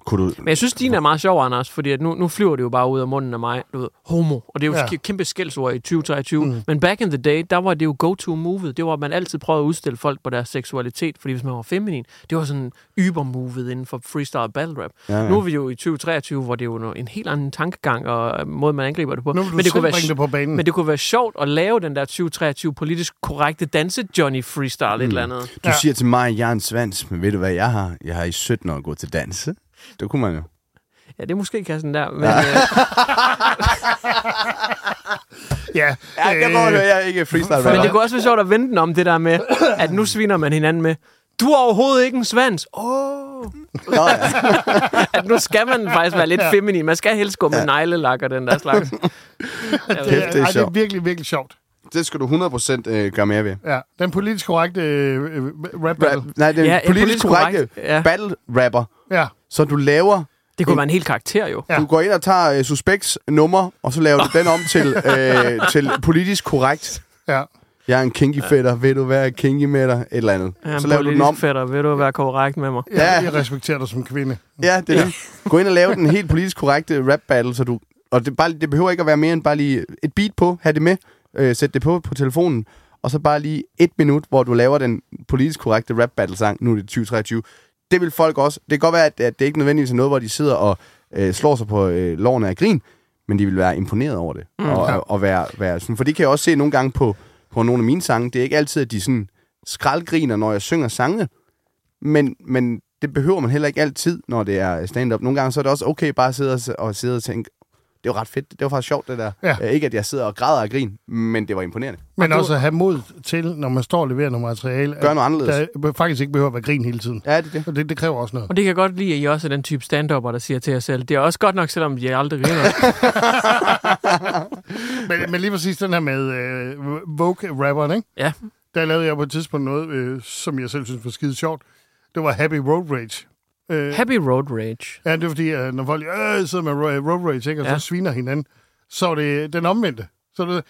[SPEAKER 3] Kunne du...
[SPEAKER 2] Men jeg synes, din er meget sjov, Anders, fordi at nu, nu flyver det jo bare ud af munden af mig, du ved, homo. Og det er jo
[SPEAKER 1] Ja.
[SPEAKER 2] ja. et kæmpe skældsord i 2023. Mm. Men back in the day, der var det jo go-to-movet. Det var, at man altid prøvede at udstille folk på deres seksualitet, fordi hvis man var feminin, det var sådan ybermovet inden for freestyle og battle rap.
[SPEAKER 3] Ja, ja.
[SPEAKER 2] Nu er vi jo i 2023, hvor det er jo no- en helt anden tankegang og øh, måde, man angriber det på.
[SPEAKER 1] Nu vil du men det selv bringe det på banen.
[SPEAKER 2] men det kunne være sjovt at lave den der 2023 politisk korrekte danse-Johnny-freestyle mm. et eller andet.
[SPEAKER 3] Du
[SPEAKER 1] Ja.
[SPEAKER 3] siger til mig, at jeg er en svans, men ved du hvad jeg har? Jeg har i 17 år gået til dans. Det kunne man jo.
[SPEAKER 2] Ja, det er måske kassen der, men... Ja. Øh,
[SPEAKER 1] Ja, øh,
[SPEAKER 3] Ja, der må du jeg ikke freestyle
[SPEAKER 2] Men det
[SPEAKER 3] rapper.
[SPEAKER 2] kunne også være sjovt at vente den om det der med, at nu sviner man hinanden med, du er overhovedet ikke en svans. Åh. Oh.
[SPEAKER 3] Nå, ja.
[SPEAKER 2] At nu skal man faktisk være lidt feminin. Man skal helst gå med neglelak og den der slags.
[SPEAKER 1] det,
[SPEAKER 3] Kæft, det er
[SPEAKER 1] er, ej, det er
[SPEAKER 3] sjovt.
[SPEAKER 1] virkelig, virkelig sjovt.
[SPEAKER 3] Det skal du 100% øh, gøre mere ved.
[SPEAKER 1] Ja, den politisk korrekte øh, øh, rap battle.
[SPEAKER 3] Rap, nej, det er
[SPEAKER 2] Ja,
[SPEAKER 3] ja,
[SPEAKER 2] en
[SPEAKER 3] politisk,
[SPEAKER 2] politisk
[SPEAKER 3] korrekte
[SPEAKER 2] korrekt, ja.
[SPEAKER 3] battle rapper.
[SPEAKER 1] Ja,
[SPEAKER 3] Så du laver...
[SPEAKER 2] Det kunne være en hel karakter jo.
[SPEAKER 1] Ja.
[SPEAKER 3] Du går ind og tager øh, suspekts nummer, og så laver du den om til, øh, til politisk korrekt.
[SPEAKER 1] ja.
[SPEAKER 3] Jeg er en kinky fætter, ved du hvad er kinky med dig? Et eller andet.
[SPEAKER 2] Ja,
[SPEAKER 3] så laver du den om.
[SPEAKER 2] Fætter, vil du være korrekt med mig?
[SPEAKER 1] ja.
[SPEAKER 3] Ja.
[SPEAKER 1] Jeg respekterer dig som kvinde.
[SPEAKER 3] Ja, det er det. Gå ind og lave den helt politisk korrekte rap battle, så du... Og det, bare, det behøver ikke at være mere end bare lige et beat på, have det med, øh, sæt det på på telefonen, og så bare lige et minut, hvor du laver den politisk korrekte rap battle sang, nu er det 2023. Det vil folk også. Det kan godt være, at, at det ikke nødvendigvis er noget, hvor de sidder og øh, slår sig på øh, lårene af grin, men de vil være imponeret over det. Mm, og, og, og være, være sådan, for det kan jeg også se nogle gange på, på nogle af mine sange. Det er ikke altid, at de sådan skraldgriner, når jeg synger sangene men, men det behøver man heller ikke altid, når det er stand-up. Nogle gange så er det også okay bare at sidde og, og, sidde og tænke, det var ret fedt, det var faktisk sjovt det der.
[SPEAKER 1] Ja.
[SPEAKER 3] Øh, Ikke at jeg sidder og græder og grin, men det var imponerende.
[SPEAKER 1] Men også at have mod til, når man står og leverer noget materiale.
[SPEAKER 3] Gør
[SPEAKER 1] at
[SPEAKER 3] noget anderledes.
[SPEAKER 1] Der faktisk ikke behøver at være grin hele tiden.
[SPEAKER 3] Ja, det er det.
[SPEAKER 1] Og det, det kræver også noget.
[SPEAKER 2] Og det kan jeg godt lide, at I også er den type stand der siger til jer selv. Det er også godt nok, selvom jeg aldrig griner.
[SPEAKER 1] Men, men lige præcis den her med øh, Vogue-rapperen, ikke?
[SPEAKER 2] Ja.
[SPEAKER 1] der lavede jeg på et tidspunkt noget, øh, som jeg selv synes var skide sjovt. Det var Happy Road Rage. Øh,
[SPEAKER 2] Happy Road Rage.
[SPEAKER 1] ja, det er fordi, øh, når folk øh, sidder med ro- Road Rage, ikke, og ja.
[SPEAKER 2] Ja.
[SPEAKER 1] så sviner hinanden, så er det den omvendte. Så er det,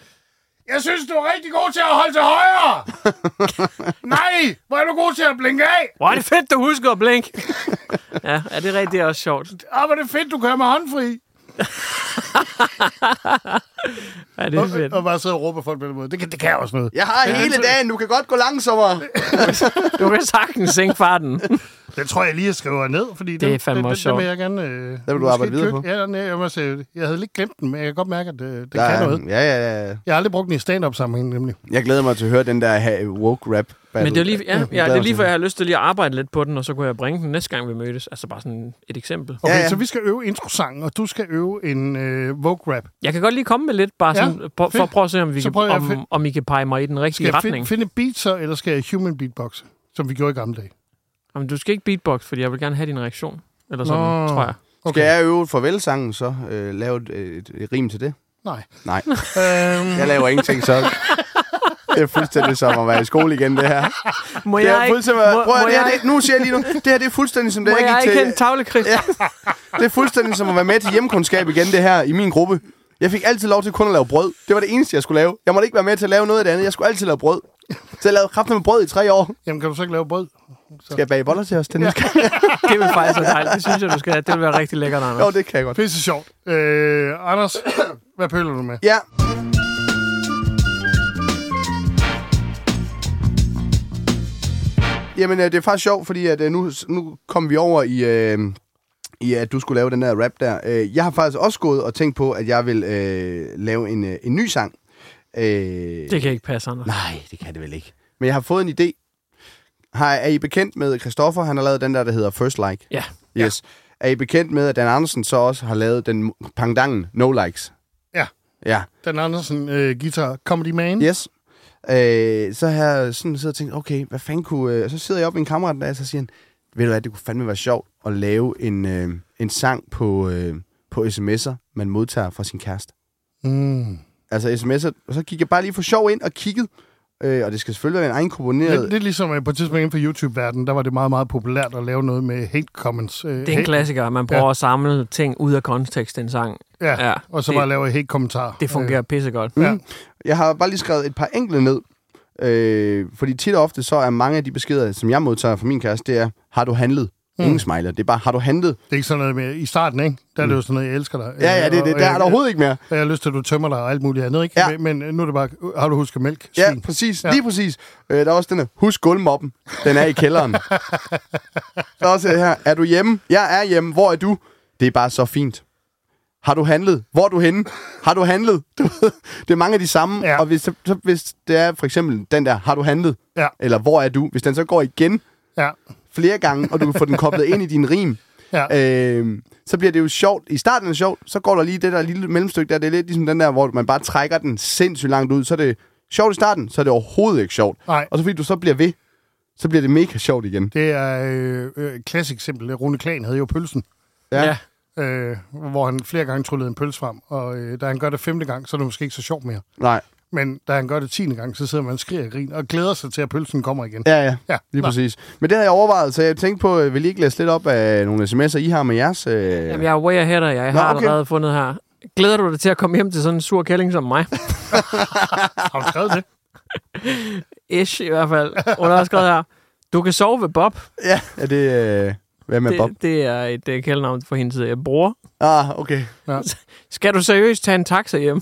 [SPEAKER 1] jeg synes, du er rigtig god til at holde til højre! Nej, hvor er du god til at blinke af!
[SPEAKER 2] Hvor er det fedt, du husker at blink. Ja, er det rigtigt? Det er også sjovt.
[SPEAKER 1] Ah, hvor er det fedt, du kører med håndfri!
[SPEAKER 2] Ja, det er fedt.
[SPEAKER 1] Og, og bare sidder og råber folk på den måde. Det kan, det kan også noget.
[SPEAKER 3] Jeg har hele dagen, du kan godt gå langsommere.
[SPEAKER 2] Du kan sagtens sænke farten.
[SPEAKER 1] Den tror jeg lige, jeg skriver ned, fordi
[SPEAKER 2] Det er fandme også
[SPEAKER 1] den, den,
[SPEAKER 2] sjovt.
[SPEAKER 1] vil jeg gerne... Øh, den
[SPEAKER 3] du arbejde videre på.
[SPEAKER 1] Ja, den, jeg, må sige, jeg havde lidt glemt den, men jeg kan godt mærke, at øh, det
[SPEAKER 3] Der
[SPEAKER 1] kan
[SPEAKER 3] er-
[SPEAKER 1] noget.
[SPEAKER 3] Ja, ja, ja.
[SPEAKER 1] Jeg har aldrig brugt den i stand-up sammenhæng, nemlig.
[SPEAKER 3] Jeg glæder mig til at høre den der ha- woke rap battle.
[SPEAKER 2] Men det er lige, ja, ja, det
[SPEAKER 3] glæder
[SPEAKER 2] er
[SPEAKER 3] mig
[SPEAKER 2] lige
[SPEAKER 3] til
[SPEAKER 2] for,
[SPEAKER 3] det.
[SPEAKER 2] jeg har lyst til lige at arbejde lidt på den, og så kunne jeg bringe den næste gang, vi mødtes. Altså bare sådan et eksempel.
[SPEAKER 1] Okay,
[SPEAKER 3] Ja,
[SPEAKER 1] ja,
[SPEAKER 3] ja.
[SPEAKER 1] ja. så vi skal øve introsangen, og du skal øve en øh, Vogue-rap.
[SPEAKER 2] Jeg kan godt lige komme med lidt, bare
[SPEAKER 1] Ja,
[SPEAKER 2] sådan, ja, for
[SPEAKER 1] fedt.
[SPEAKER 2] at prøve at se, om, vi
[SPEAKER 1] Så
[SPEAKER 2] kan,
[SPEAKER 1] prøver jeg at
[SPEAKER 2] om,
[SPEAKER 1] fin-
[SPEAKER 2] om I kan pege mig i den rigtige
[SPEAKER 1] Skal jeg finde,
[SPEAKER 2] retning.
[SPEAKER 1] finde beats, så, eller skal jeg human beatbox, som vi gjorde i gamle dage?
[SPEAKER 2] Jamen, du skal ikke beatbox, fordi jeg vil gerne have din reaktion. Eller sådan,
[SPEAKER 1] Nå.
[SPEAKER 2] tror jeg.
[SPEAKER 3] Skal jeg øve farvelsangen så? Øh, lave et, et, et rim til det?
[SPEAKER 1] Nej.
[SPEAKER 3] Nej,
[SPEAKER 1] Øhm,
[SPEAKER 3] jeg laver ingenting så. Det er fuldstændig som at være i skole igen, det her.
[SPEAKER 2] Må
[SPEAKER 3] Det
[SPEAKER 2] jeg
[SPEAKER 3] er
[SPEAKER 2] ikke,
[SPEAKER 3] fuldstændig...
[SPEAKER 2] må,
[SPEAKER 3] Prøv at,
[SPEAKER 2] må
[SPEAKER 3] det her,
[SPEAKER 2] jeg,
[SPEAKER 3] det, nu siger jeg lige nu. Det her, det er fuldstændig som det,
[SPEAKER 2] må
[SPEAKER 3] jeg
[SPEAKER 2] jeg
[SPEAKER 3] gik
[SPEAKER 2] ikke
[SPEAKER 3] til...
[SPEAKER 2] have en tavlekridt?
[SPEAKER 3] Ja. Det er fuldstændig som at være med til hjemkundskab igen, det her, i min gruppe. Jeg fik altid lov til kun at lave brød. Det var det eneste, jeg skulle lave. Jeg måtte ikke være med til at lave noget af det andet. Jeg skulle altid lave brød. Så jeg lavede kraft med brød i tre år.
[SPEAKER 1] jamen, kan du så ikke lave brød? Så.
[SPEAKER 3] Skal jeg bage boller til os til næste gang?
[SPEAKER 2] Det vil faktisk være dejligt. Det synes jeg, du skal have. Det vil være rigtig lækkert, Anders.
[SPEAKER 3] Jo, det kan jeg godt.
[SPEAKER 1] Pisse sjovt. Øh, Anders, hvad pøler du med?
[SPEAKER 3] Ja. Jamen, øh, det er faktisk sjovt, fordi at, øh, nu, nu kom vi over i, øh, i, at du skulle lave den der rap der. Øh, jeg har faktisk også gået og tænkt på, at jeg vil øh, lave en, øh, en ny sang. Øh,
[SPEAKER 2] Det kan ikke passe, Anders.
[SPEAKER 3] Nej, det kan det vel ikke. Men jeg har fået en idé. Har, er I bekendt med Christoffer? Han har lavet den der, der hedder First Like.
[SPEAKER 2] Ja.
[SPEAKER 3] Yes. Er I bekendt med, at Dan Andersen så også har lavet den pangdangen No Likes?
[SPEAKER 1] Ja.
[SPEAKER 3] Ja.
[SPEAKER 1] Dan Andersen, øh, guitar, comedy man.
[SPEAKER 3] Yes. Øh, så har jeg sådan siddet og tænkt, okay, hvad fanden kunne... Øh, så sidder jeg op med en kammerat, der, og så siger han, ved du hvad, det kunne fandme være sjovt at lave en, øh, en sang på, øh, på sms'er, man modtager fra sin kæreste.
[SPEAKER 1] Mm.
[SPEAKER 3] Altså sms'er. Og så gik jeg bare lige for sjov ind og kiggede, øh, og det skal selvfølgelig være en egen komponeret...
[SPEAKER 1] Lidt, lidt ligesom øh, på et tidspunkt inden for YouTube-verdenen, der var det meget, meget populært at lave noget med hate comments. Øh,
[SPEAKER 2] Det er en
[SPEAKER 1] hate,
[SPEAKER 2] klassiker. Man prøver at samle ting ud af kontekst i en sang.
[SPEAKER 1] ja,
[SPEAKER 2] Ja,
[SPEAKER 1] ja, og så
[SPEAKER 2] det-
[SPEAKER 1] bare lave hate kommentarer.
[SPEAKER 2] Det fungerer pissegodt.
[SPEAKER 1] Øh, ja.
[SPEAKER 3] Jeg har bare lige skrevet et par enkelte ned. Øh, fordi tit og ofte så er mange af de beskeder, som jeg modtager fra min kæreste, det er, har du handlet? Mm. Ingen smiler. Det er bare, har du handlet?
[SPEAKER 1] Det er ikke sådan noget med, i starten, ikke? Der er det jo sådan noget, jeg elsker dig.
[SPEAKER 3] Mm. Ja, ja, det, det, der er der overhovedet ikke mere.
[SPEAKER 1] Jeg har lyst til, at du tømmer dig og alt muligt andet, ikke?
[SPEAKER 3] Ja.
[SPEAKER 1] Ja. Men øh, nu er det bare, øh, har du husket mælk? Svin.
[SPEAKER 3] Ja, præcis. Ja. Lige præcis. Øh, der er også den her, husk gulvmoppen. Den er i kælderen. der er også det her, er du hjemme? Jeg er hjemme. Hvor er du? Det er bare så fint. Har du handlet? Hvor er du henne? Har du handlet? Du ved, det er mange af de samme. Ja.
[SPEAKER 1] Ja.
[SPEAKER 3] Og hvis, så, så, hvis det er for eksempel den der, har du handlet?
[SPEAKER 1] Ja.
[SPEAKER 3] Eller hvor er du? Hvis den så går igen,
[SPEAKER 1] Ja.
[SPEAKER 3] flere gange, og du kan få den koblet ind i din rim,
[SPEAKER 1] Ja.
[SPEAKER 3] øh, så bliver det jo sjovt. I starten er det sjovt, så går der lige det der lille mellemstykke der. Det er lidt ligesom den der, hvor man bare trækker den sindssygt langt ud. Så er det sjovt i starten, så er det overhovedet ikke sjovt.
[SPEAKER 1] Nej.
[SPEAKER 3] Og så fordi du så bliver ved, så bliver det mega sjovt igen.
[SPEAKER 1] Det er øh, øh, et klassisk eksempel. Rune Klan havde jo pølsen.
[SPEAKER 3] Ja.
[SPEAKER 2] Ja.
[SPEAKER 1] Øh, hvor han flere gange tryllede en pølse frem, og øh, da han gør det femte gang, så er det måske ikke så sjovt mere.
[SPEAKER 3] Nej.
[SPEAKER 1] Men da han gør det tiende gang, så sidder man og skriger og griner, og glæder sig til, at pølsen kommer igen.
[SPEAKER 3] Ja, ja.
[SPEAKER 1] Ja,
[SPEAKER 3] Lige
[SPEAKER 1] nå.
[SPEAKER 3] præcis. Men det havde jeg overvejet, så jeg tænkte på, øh, vil I ikke læse lidt op af nogle sms'er, I har med jeres? Øh...
[SPEAKER 2] Jamen, jeg er way ahead af jer. Jeg
[SPEAKER 3] Nå,
[SPEAKER 2] har
[SPEAKER 3] okay.
[SPEAKER 2] allerede fundet her. Glæder du dig til at komme hjem til sådan en sur kælling som mig?
[SPEAKER 1] Har du skrevet det?
[SPEAKER 2] Ish i hvert fald. Hun har også skrevet her. Du kan sove ved Bob.
[SPEAKER 3] Ja, er det... Øh... Hvad med det... Bob?
[SPEAKER 2] Det, det er et uh, kældnavn for hendes uh, bror.
[SPEAKER 3] Ah, okay.
[SPEAKER 2] Skal du seriøst tage en taxa hjem?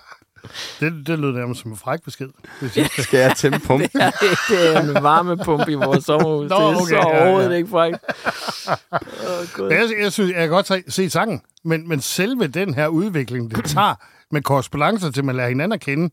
[SPEAKER 1] Det, det lød nærmest som en fræk besked. Det synes jeg.
[SPEAKER 3] Skal jeg tæmme pumpen?
[SPEAKER 2] Ja, det, det er en varmepumpe i vores sommerhus.
[SPEAKER 1] Nå,
[SPEAKER 2] det er
[SPEAKER 1] okay,
[SPEAKER 2] så
[SPEAKER 1] ja, ja.
[SPEAKER 2] overhovedet ikke frækt. Åh, Gud.
[SPEAKER 1] Men Jeg, jeg, synes, jeg kan godt se, se sangen, men, men selve den her udvikling, det tager med korrespondencer til, man lærer hinanden at kende,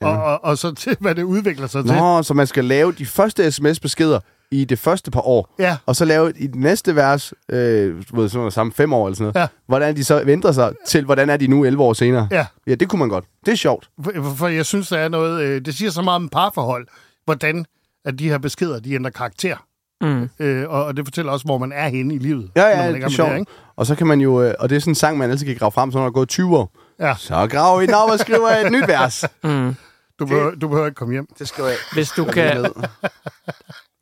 [SPEAKER 1] og, og, og så til, hvad det udvikler sig til.
[SPEAKER 3] Nå, så man skal lave de første sms-beskeder i det første par år,
[SPEAKER 1] Ja.
[SPEAKER 3] og så lave i det næste vers, øh, du ved, sådan noget, samme fem år eller sådan noget,
[SPEAKER 1] Ja.
[SPEAKER 3] hvordan de så ændrer sig til, hvordan er de nu 11 år senere.
[SPEAKER 1] Ja.
[SPEAKER 3] ja det kunne man godt. Det er sjovt.
[SPEAKER 1] For, for jeg synes, der er noget... Øh, det siger så meget om parforhold, hvordan at de her beskeder, de ændrer karakter.
[SPEAKER 2] Mm.
[SPEAKER 1] Øh, og, og det fortæller også, hvor man er henne i livet.
[SPEAKER 3] Ja,
[SPEAKER 1] når
[SPEAKER 3] ja,
[SPEAKER 1] man i
[SPEAKER 3] det er
[SPEAKER 1] gang med
[SPEAKER 3] sjovt.
[SPEAKER 1] her, ikke?
[SPEAKER 3] og så kan man jo, øh, og det er sådan en sang, man altid kan grave frem, så når der er gået 20 år.
[SPEAKER 1] Ja.
[SPEAKER 3] Så graver I den op og skriver et nyt vers.
[SPEAKER 1] Du, behøver, du behøver ikke komme hjem.
[SPEAKER 3] Det skal jeg.
[SPEAKER 2] Hvis du kan...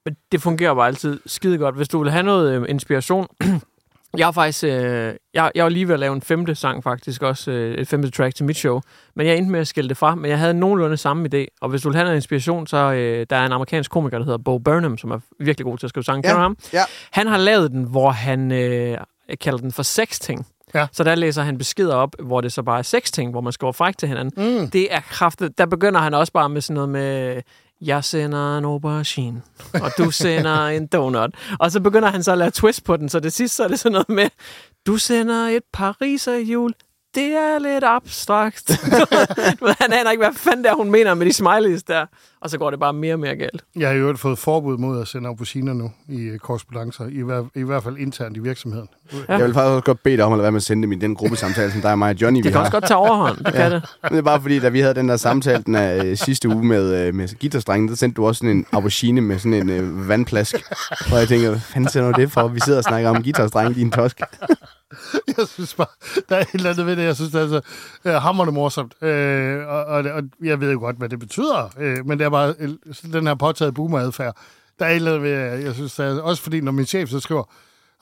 [SPEAKER 2] Men det fungerer bare altid skide godt. Hvis du vil have noget øh, inspiration... jeg har faktisk... Øh, jeg, jeg var lige ved at lave en femte sang faktisk også, øh, et femte track til mit show. Men jeg endte med at skille det fra, men jeg havde nogenlunde samme idé. Og hvis du vil have noget inspiration, så øh, der er en amerikansk komiker, der hedder Bo Burnham, som er virkelig god til at skrive sange. Ja. Kender du ham?
[SPEAKER 3] Ja.
[SPEAKER 2] Han har lavet den, hvor han øh, kalder den for sexting.
[SPEAKER 1] Ja.
[SPEAKER 2] Så der læser han beskeder op, hvor det så bare er sexting, hvor man skriver fræk til hinanden. Mm. Det er kraftet. Der begynder han også bare med sådan noget med, jeg sender en aubergine, og du sender en donut. Og så begynder han så at lave twist på den, så det sidste så er det sådan noget med, du sender et pariserhjul, det er lidt abstrakt. Du ved, han aner ikke, hvad fanden der hun mener med de smileys der. Og så går det bare mere og mere galt.
[SPEAKER 1] Jeg har jo øvrigt fået forbud mod at sende auberginer nu i korrespondencer, i, hver, i hvert fald internt i virksomheden.
[SPEAKER 3] Ja. Jeg vil faktisk også godt bede dig om, at lade være med at sende dem i den gruppesamtale, som dig og mig og Johnny,
[SPEAKER 2] Det
[SPEAKER 3] vi
[SPEAKER 2] kan
[SPEAKER 3] har.
[SPEAKER 2] også godt tage overhånd, det kan det.
[SPEAKER 3] Men det er bare fordi, da vi havde den der samtale den af, øh, sidste uge med, øh, med guitarstrengen, der sendte du også sådan en aubergine med sådan en øh, vandplask. Og jeg tænker, hvad fanden sender du det for? Vi sidder og snakker om guitarstreng, din tosk.
[SPEAKER 1] Jeg synes bare, der er et eller andet ved det, jeg synes, det er så øh, hammerende morsomt. Øh, og, og, og jeg ved jo godt, hvad det betyder, øh, men det er bare øh, sådan den her påtaget boomeradfærd. Der er et eller andet ved, jeg, jeg synes, der er, også fordi, når min chef så skriver,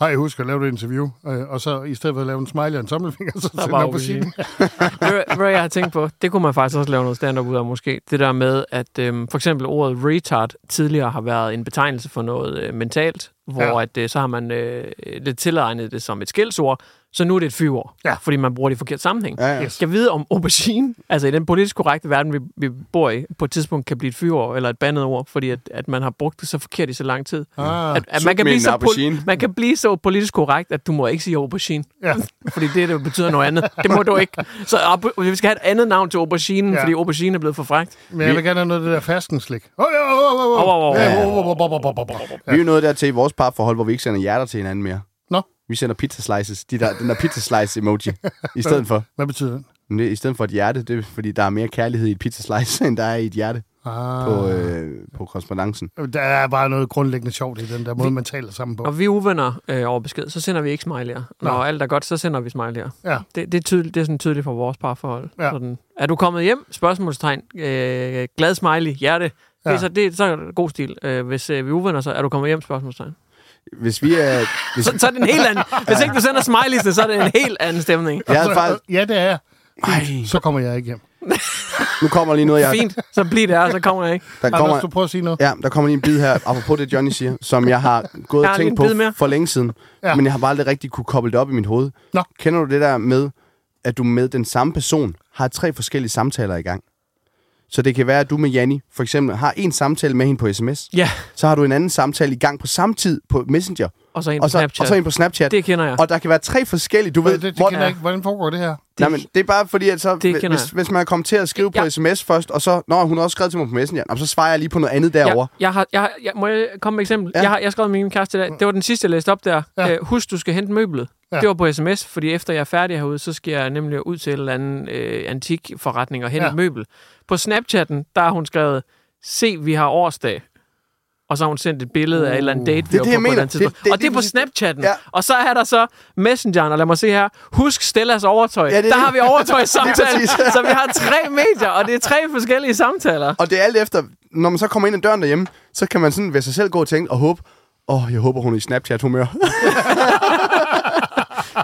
[SPEAKER 1] har jeg husket at lave et interview, øh, og så i stedet for at lave en smiley og en tommelfinger, så sender
[SPEAKER 2] bare
[SPEAKER 1] jeg på sin.
[SPEAKER 2] Ved du- ved du, hvad jeg har tænkt på? Det kunne man faktisk også lave noget stand-up ud af måske. Det der med, at øhm, for eksempel ordet retard tidligere har været en betegnelse for noget øh, mentalt, hvor
[SPEAKER 1] Ja.
[SPEAKER 2] ja. at, øh, så har man øh, lidt tilegnet det som et skældsord, så nu er det et fyord,
[SPEAKER 1] Ja.
[SPEAKER 2] fordi man bruger det i forkert sammenhæng.
[SPEAKER 3] Ja, ja.
[SPEAKER 1] Yes.
[SPEAKER 2] Skal vide om aubergine, altså i den politisk korrekte verden, vi, vi bor i, på et tidspunkt kan blive et fyord eller et bandet ord, fordi at, at man har brugt det så forkert i så lang tid.
[SPEAKER 1] Ah,
[SPEAKER 2] At, at
[SPEAKER 3] Sut
[SPEAKER 2] man, kan
[SPEAKER 3] med
[SPEAKER 2] blive
[SPEAKER 3] en
[SPEAKER 2] så
[SPEAKER 3] aubergine.
[SPEAKER 2] pol- man kan blive så politisk korrekt, at du må ikke sige aubergine.
[SPEAKER 1] Ja.
[SPEAKER 2] Fordi det, det betyder noget andet. Det må du ikke. Så au- vi skal have et andet navn til aubergine,
[SPEAKER 1] Ja.
[SPEAKER 2] ja. fordi aubergine er blevet for frækt.
[SPEAKER 1] men jeg vil gerne have noget af det der faskenslik. Åh, åh, åh, åh, åh.
[SPEAKER 2] Åh, åh, åh.
[SPEAKER 1] Ja, åh, åh, åh, åh, åh, åh, åh.
[SPEAKER 3] Vi er jo nået dertil i vores parforhold, hvor vi ikke sender hjerter til hinanden mere.
[SPEAKER 1] Nå.
[SPEAKER 3] Vi sender pizza slices, de der, den der pizza slice emoji, i stedet for.
[SPEAKER 1] Hvad betyder det?
[SPEAKER 3] Men det, I stedet for et hjerte, det er fordi, der er mere kærlighed i et pizza slice, end der er i et hjerte
[SPEAKER 1] Ah,
[SPEAKER 3] på, øh, på korrespondancen.
[SPEAKER 1] Der er bare noget grundlæggende sjovt i den der måde, man taler sammen på.
[SPEAKER 2] Når vi er uvenner øh, over besked, så sender vi ikke smiley'er. Når
[SPEAKER 1] Nej.
[SPEAKER 2] alt er godt, så sender vi smiley'er.
[SPEAKER 1] Ja.
[SPEAKER 2] Det, det, er tydeligt, det er sådan tydeligt for vores parforhold.
[SPEAKER 1] Ja.
[SPEAKER 2] Sådan, er du kommet hjem? Spørgsmålstegn. Øh, glad smiley. Hjerte.
[SPEAKER 1] Ja.
[SPEAKER 2] Ja. Det, er så, det, så er det god stil. Øh, hvis øh, vi er uvenner, så er du kommet hjem? Spørgsmålstegn.
[SPEAKER 3] Hvis vi er... Hvis,
[SPEAKER 2] Så, så er det en helt anden. Hvis ikke du sender smileys, så er det en helt anden stemning.
[SPEAKER 3] jeg havde faktisk,
[SPEAKER 1] Altså, Ja, det er jeg.
[SPEAKER 2] Ej,
[SPEAKER 1] Så kommer jeg ikke hjem.
[SPEAKER 3] nu kommer lige noget, jeg,
[SPEAKER 2] fint. Så bliv der, så kommer jeg ikke.
[SPEAKER 3] der
[SPEAKER 1] Anders, du
[SPEAKER 3] kommer,
[SPEAKER 1] prøver at sige noget.
[SPEAKER 3] ja, der kommer lige en bid her, apropos det, Johnny siger, som jeg har gået
[SPEAKER 2] Jeg
[SPEAKER 3] og
[SPEAKER 2] har lige
[SPEAKER 3] tænkt
[SPEAKER 2] en
[SPEAKER 3] på
[SPEAKER 2] bid mere.
[SPEAKER 3] for længe siden,
[SPEAKER 1] Ja.
[SPEAKER 3] ja. men jeg har bare aldrig rigtig kunne koble det op i mit hoved.
[SPEAKER 1] Nå.
[SPEAKER 3] Kender du det der med, at du med den samme person har tre forskellige samtaler i gang? Så det kan være, at du med Janni for eksempel har en samtale med hende på sms,
[SPEAKER 2] Ja,
[SPEAKER 3] så har du en anden samtale i gang på samme tid på Messenger,
[SPEAKER 2] og så en på
[SPEAKER 3] og så,
[SPEAKER 2] Snapchat.
[SPEAKER 3] og så en på Snapchat.
[SPEAKER 2] Det kender jeg.
[SPEAKER 3] Og der kan være tre forskellige, du ved,
[SPEAKER 1] Det, det, det
[SPEAKER 3] hvor-
[SPEAKER 1] kender jeg ikke. Hvordan foregår det her?
[SPEAKER 3] Nej, men det er bare fordi, at så,
[SPEAKER 2] Det kender
[SPEAKER 3] hvis,
[SPEAKER 2] jeg.
[SPEAKER 3] hvis man er kommet til at skrive ja.
[SPEAKER 2] Ja.
[SPEAKER 3] på sms først, og så, når hun har også skrevet til mig på messenger, jamen, så svarer jeg lige på noget andet derovre.
[SPEAKER 2] Jeg, jeg har, jeg, har- jeg, må jeg komme med et eksempel?
[SPEAKER 3] Ja.
[SPEAKER 2] Ja. Jeg har jeg skrev med min kæreste i dag. Det var den sidste, jeg læste op der.
[SPEAKER 1] Ja.
[SPEAKER 2] Ja. Øh, husk, du skal hente møblet.
[SPEAKER 1] Ja.
[SPEAKER 2] Ja. Det var på sms, fordi efter jeg er færdig herude, så skal jeg nemlig ud til en eller anden øh, antikforretning og hente
[SPEAKER 1] Ja.
[SPEAKER 2] ja. et møbel. På Snapchatten, der har hun skrevet, se, vi har årsdag. Og så har hun sendt et billede af et eller andet date,
[SPEAKER 3] Det
[SPEAKER 2] vi
[SPEAKER 3] er
[SPEAKER 2] var
[SPEAKER 3] det,
[SPEAKER 2] på
[SPEAKER 3] jeg
[SPEAKER 2] på et eller
[SPEAKER 3] mener.
[SPEAKER 2] andet tidspunkt.
[SPEAKER 3] Det- det er
[SPEAKER 2] og det er
[SPEAKER 3] lige
[SPEAKER 2] på
[SPEAKER 3] præcis-
[SPEAKER 2] Snapchatten.
[SPEAKER 3] Ja.
[SPEAKER 2] Ja. Og så er der så Messengeren, og lad mig se her. Husk Stellas overtøj.
[SPEAKER 3] Ja,
[SPEAKER 2] Ja,
[SPEAKER 3] det er
[SPEAKER 2] der
[SPEAKER 3] det.
[SPEAKER 2] har vi overtøjssamtale.
[SPEAKER 3] Lige præcis.
[SPEAKER 2] så vi har tre medier, og det er tre forskellige samtaler.
[SPEAKER 3] Og det er alt efter, når man så kommer ind ad døren derhjemme, så kan man sådan ved sig selv gå og tænke og håbe, åh, oh, jeg håber, hun er i Snapchat-humør. det,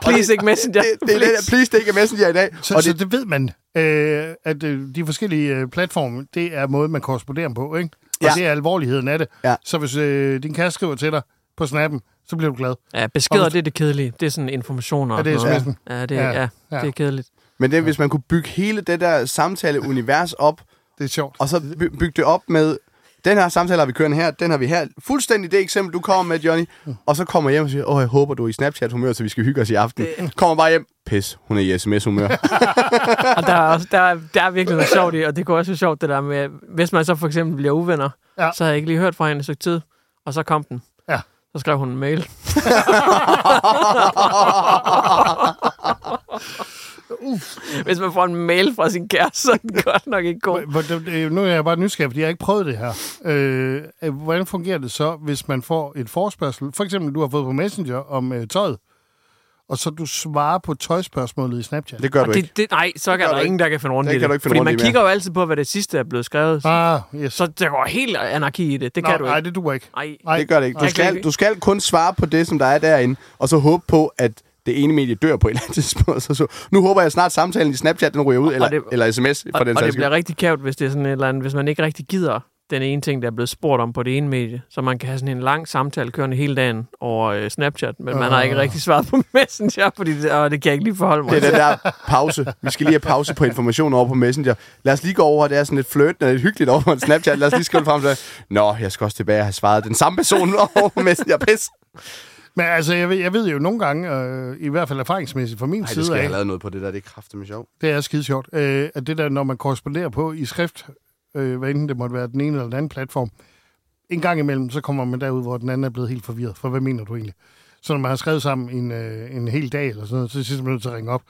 [SPEAKER 2] Please ikke Messenger.
[SPEAKER 3] det, er det, please, det er ikke messenger i dag.
[SPEAKER 1] Så,
[SPEAKER 3] og
[SPEAKER 1] det, så
[SPEAKER 3] det,
[SPEAKER 1] det ved man, øh, at øh, de forskellige øh, platforme, det er måden, man korresponderer på, ikke? Og
[SPEAKER 3] Ja.
[SPEAKER 1] det er alvorligheden af det.
[SPEAKER 3] Ja.
[SPEAKER 1] Så hvis øh, din kæreste skriver til dig på snappen, så bliver du glad.
[SPEAKER 2] Ja, beskeder,
[SPEAKER 1] Og-
[SPEAKER 2] det er det kedelige. Det er sådan informationer.
[SPEAKER 1] Ja, det er
[SPEAKER 2] og sådan
[SPEAKER 1] sms'en.
[SPEAKER 2] noget. Ja, det, ja, ja,
[SPEAKER 1] ja.
[SPEAKER 2] det er kedeligt.
[SPEAKER 3] men det, er, hvis man kunne bygge hele det der samtale-univers op,
[SPEAKER 1] Det er sjovt.
[SPEAKER 3] og så by- bygge det op med, den her samtale har vi kørende her, den har vi her. Fuldstændig det eksempel, du kommer med, Johnny. Og så kommer jeg hjem og siger, åh, jeg håber, du er i Snapchat-humør, så vi skal hygge os i aften. Kommer bare hjem, pis, hun er i sms-humør.
[SPEAKER 2] Og der er, også, der, er, der er virkelig noget sjovt i, og det kunne også være sjovt, det der med, hvis man så for eksempel bliver uvenner,
[SPEAKER 1] Ja.
[SPEAKER 2] ja. så har jeg ikke lige hørt fra hende i et stykke tid, og så kom den.
[SPEAKER 1] Ja.
[SPEAKER 2] Så skrev hun en mail. Hvis man får en mail fra sin kæreste, så er den godt nok ikke god.
[SPEAKER 1] Hvor- hvor- øh, Nu er jeg bare nysgerrig, fordi jeg har ikke prøvet det her. Øh, øh, hvordan fungerer det så, hvis man får et forspørgsel? For eksempel, du har fået på Messenger om øh, tøjet, og så du svarer på tøjspørgsmålet i Snapchat.
[SPEAKER 3] Det gør du
[SPEAKER 2] Og
[SPEAKER 3] ikke.
[SPEAKER 2] det, det, nej, så er
[SPEAKER 3] gør
[SPEAKER 2] der
[SPEAKER 3] du
[SPEAKER 2] ingen, der kan finde rundt
[SPEAKER 3] Det
[SPEAKER 2] i
[SPEAKER 3] kan du
[SPEAKER 2] det.
[SPEAKER 3] ikke finde
[SPEAKER 2] Fordi
[SPEAKER 3] rundt i
[SPEAKER 2] man
[SPEAKER 3] mere.
[SPEAKER 2] kigger jo altid på, hvad det sidste er blevet skrevet.
[SPEAKER 1] Ah, yes.
[SPEAKER 2] Så der går helt anarki i det. Det
[SPEAKER 1] Nå,
[SPEAKER 2] kan du
[SPEAKER 1] Nej,
[SPEAKER 2] ikke.
[SPEAKER 1] det duer ikke.
[SPEAKER 2] Nej,
[SPEAKER 1] Nej.
[SPEAKER 3] Det gør det ikke. Du
[SPEAKER 2] Nej, det
[SPEAKER 3] skal,
[SPEAKER 2] kan-
[SPEAKER 3] du skal kun svare på det, som der er derinde, og så håbe på, at det ene medie dør på et eller andet tidspunkt. Så, så, nu håber jeg snart samtalen i Snapchat, den ryger ud, eller, det,
[SPEAKER 2] det-
[SPEAKER 3] eller sms for
[SPEAKER 2] og,
[SPEAKER 3] den
[SPEAKER 2] og det
[SPEAKER 3] sags
[SPEAKER 2] bliver
[SPEAKER 3] skyld.
[SPEAKER 2] rigtig kævt, hvis, det er sådan et eller andet, hvis man ikke rigtig gider den ene ting, der er blevet spurgt om på det ene medie, så man kan have sådan en lang samtale kørende hele dagen over øh, Snapchat, men man har ikke rigtig svaret på Messenger, fordi det, åh, det kan jeg ikke lige forholde mig
[SPEAKER 3] Ah. Det er
[SPEAKER 2] til.
[SPEAKER 3] den der pause. Vi skal lige have pause på information over på Messenger. Lad os lige gå over, det er sådan lidt flirtende og lidt hyggeligt over på Snapchat. Lad os lige skrive frem til, Nå, jeg skal også tilbage og have svaret den samme person over på Messenger. Pis.
[SPEAKER 1] Men altså, jeg ved, jeg ved jo nogle gange, øh, i hvert fald erfaringsmæssigt fra min
[SPEAKER 3] Nej, det
[SPEAKER 1] side
[SPEAKER 3] skal jeg
[SPEAKER 1] af,
[SPEAKER 3] have lavet noget på det der. Det er kraftigt med sjov.
[SPEAKER 1] det er skide sjovt, øh, at det der, når man korresponderer på i skrift, øh, hvad enten det måtte være den ene eller den anden platform, en gang imellem, så kommer man derud, hvor den anden er blevet helt forvirret. For hvad mener du egentlig? Så når man har skrevet sammen en, øh, en hel dag eller sådan noget, så er man nødt til at ringe op.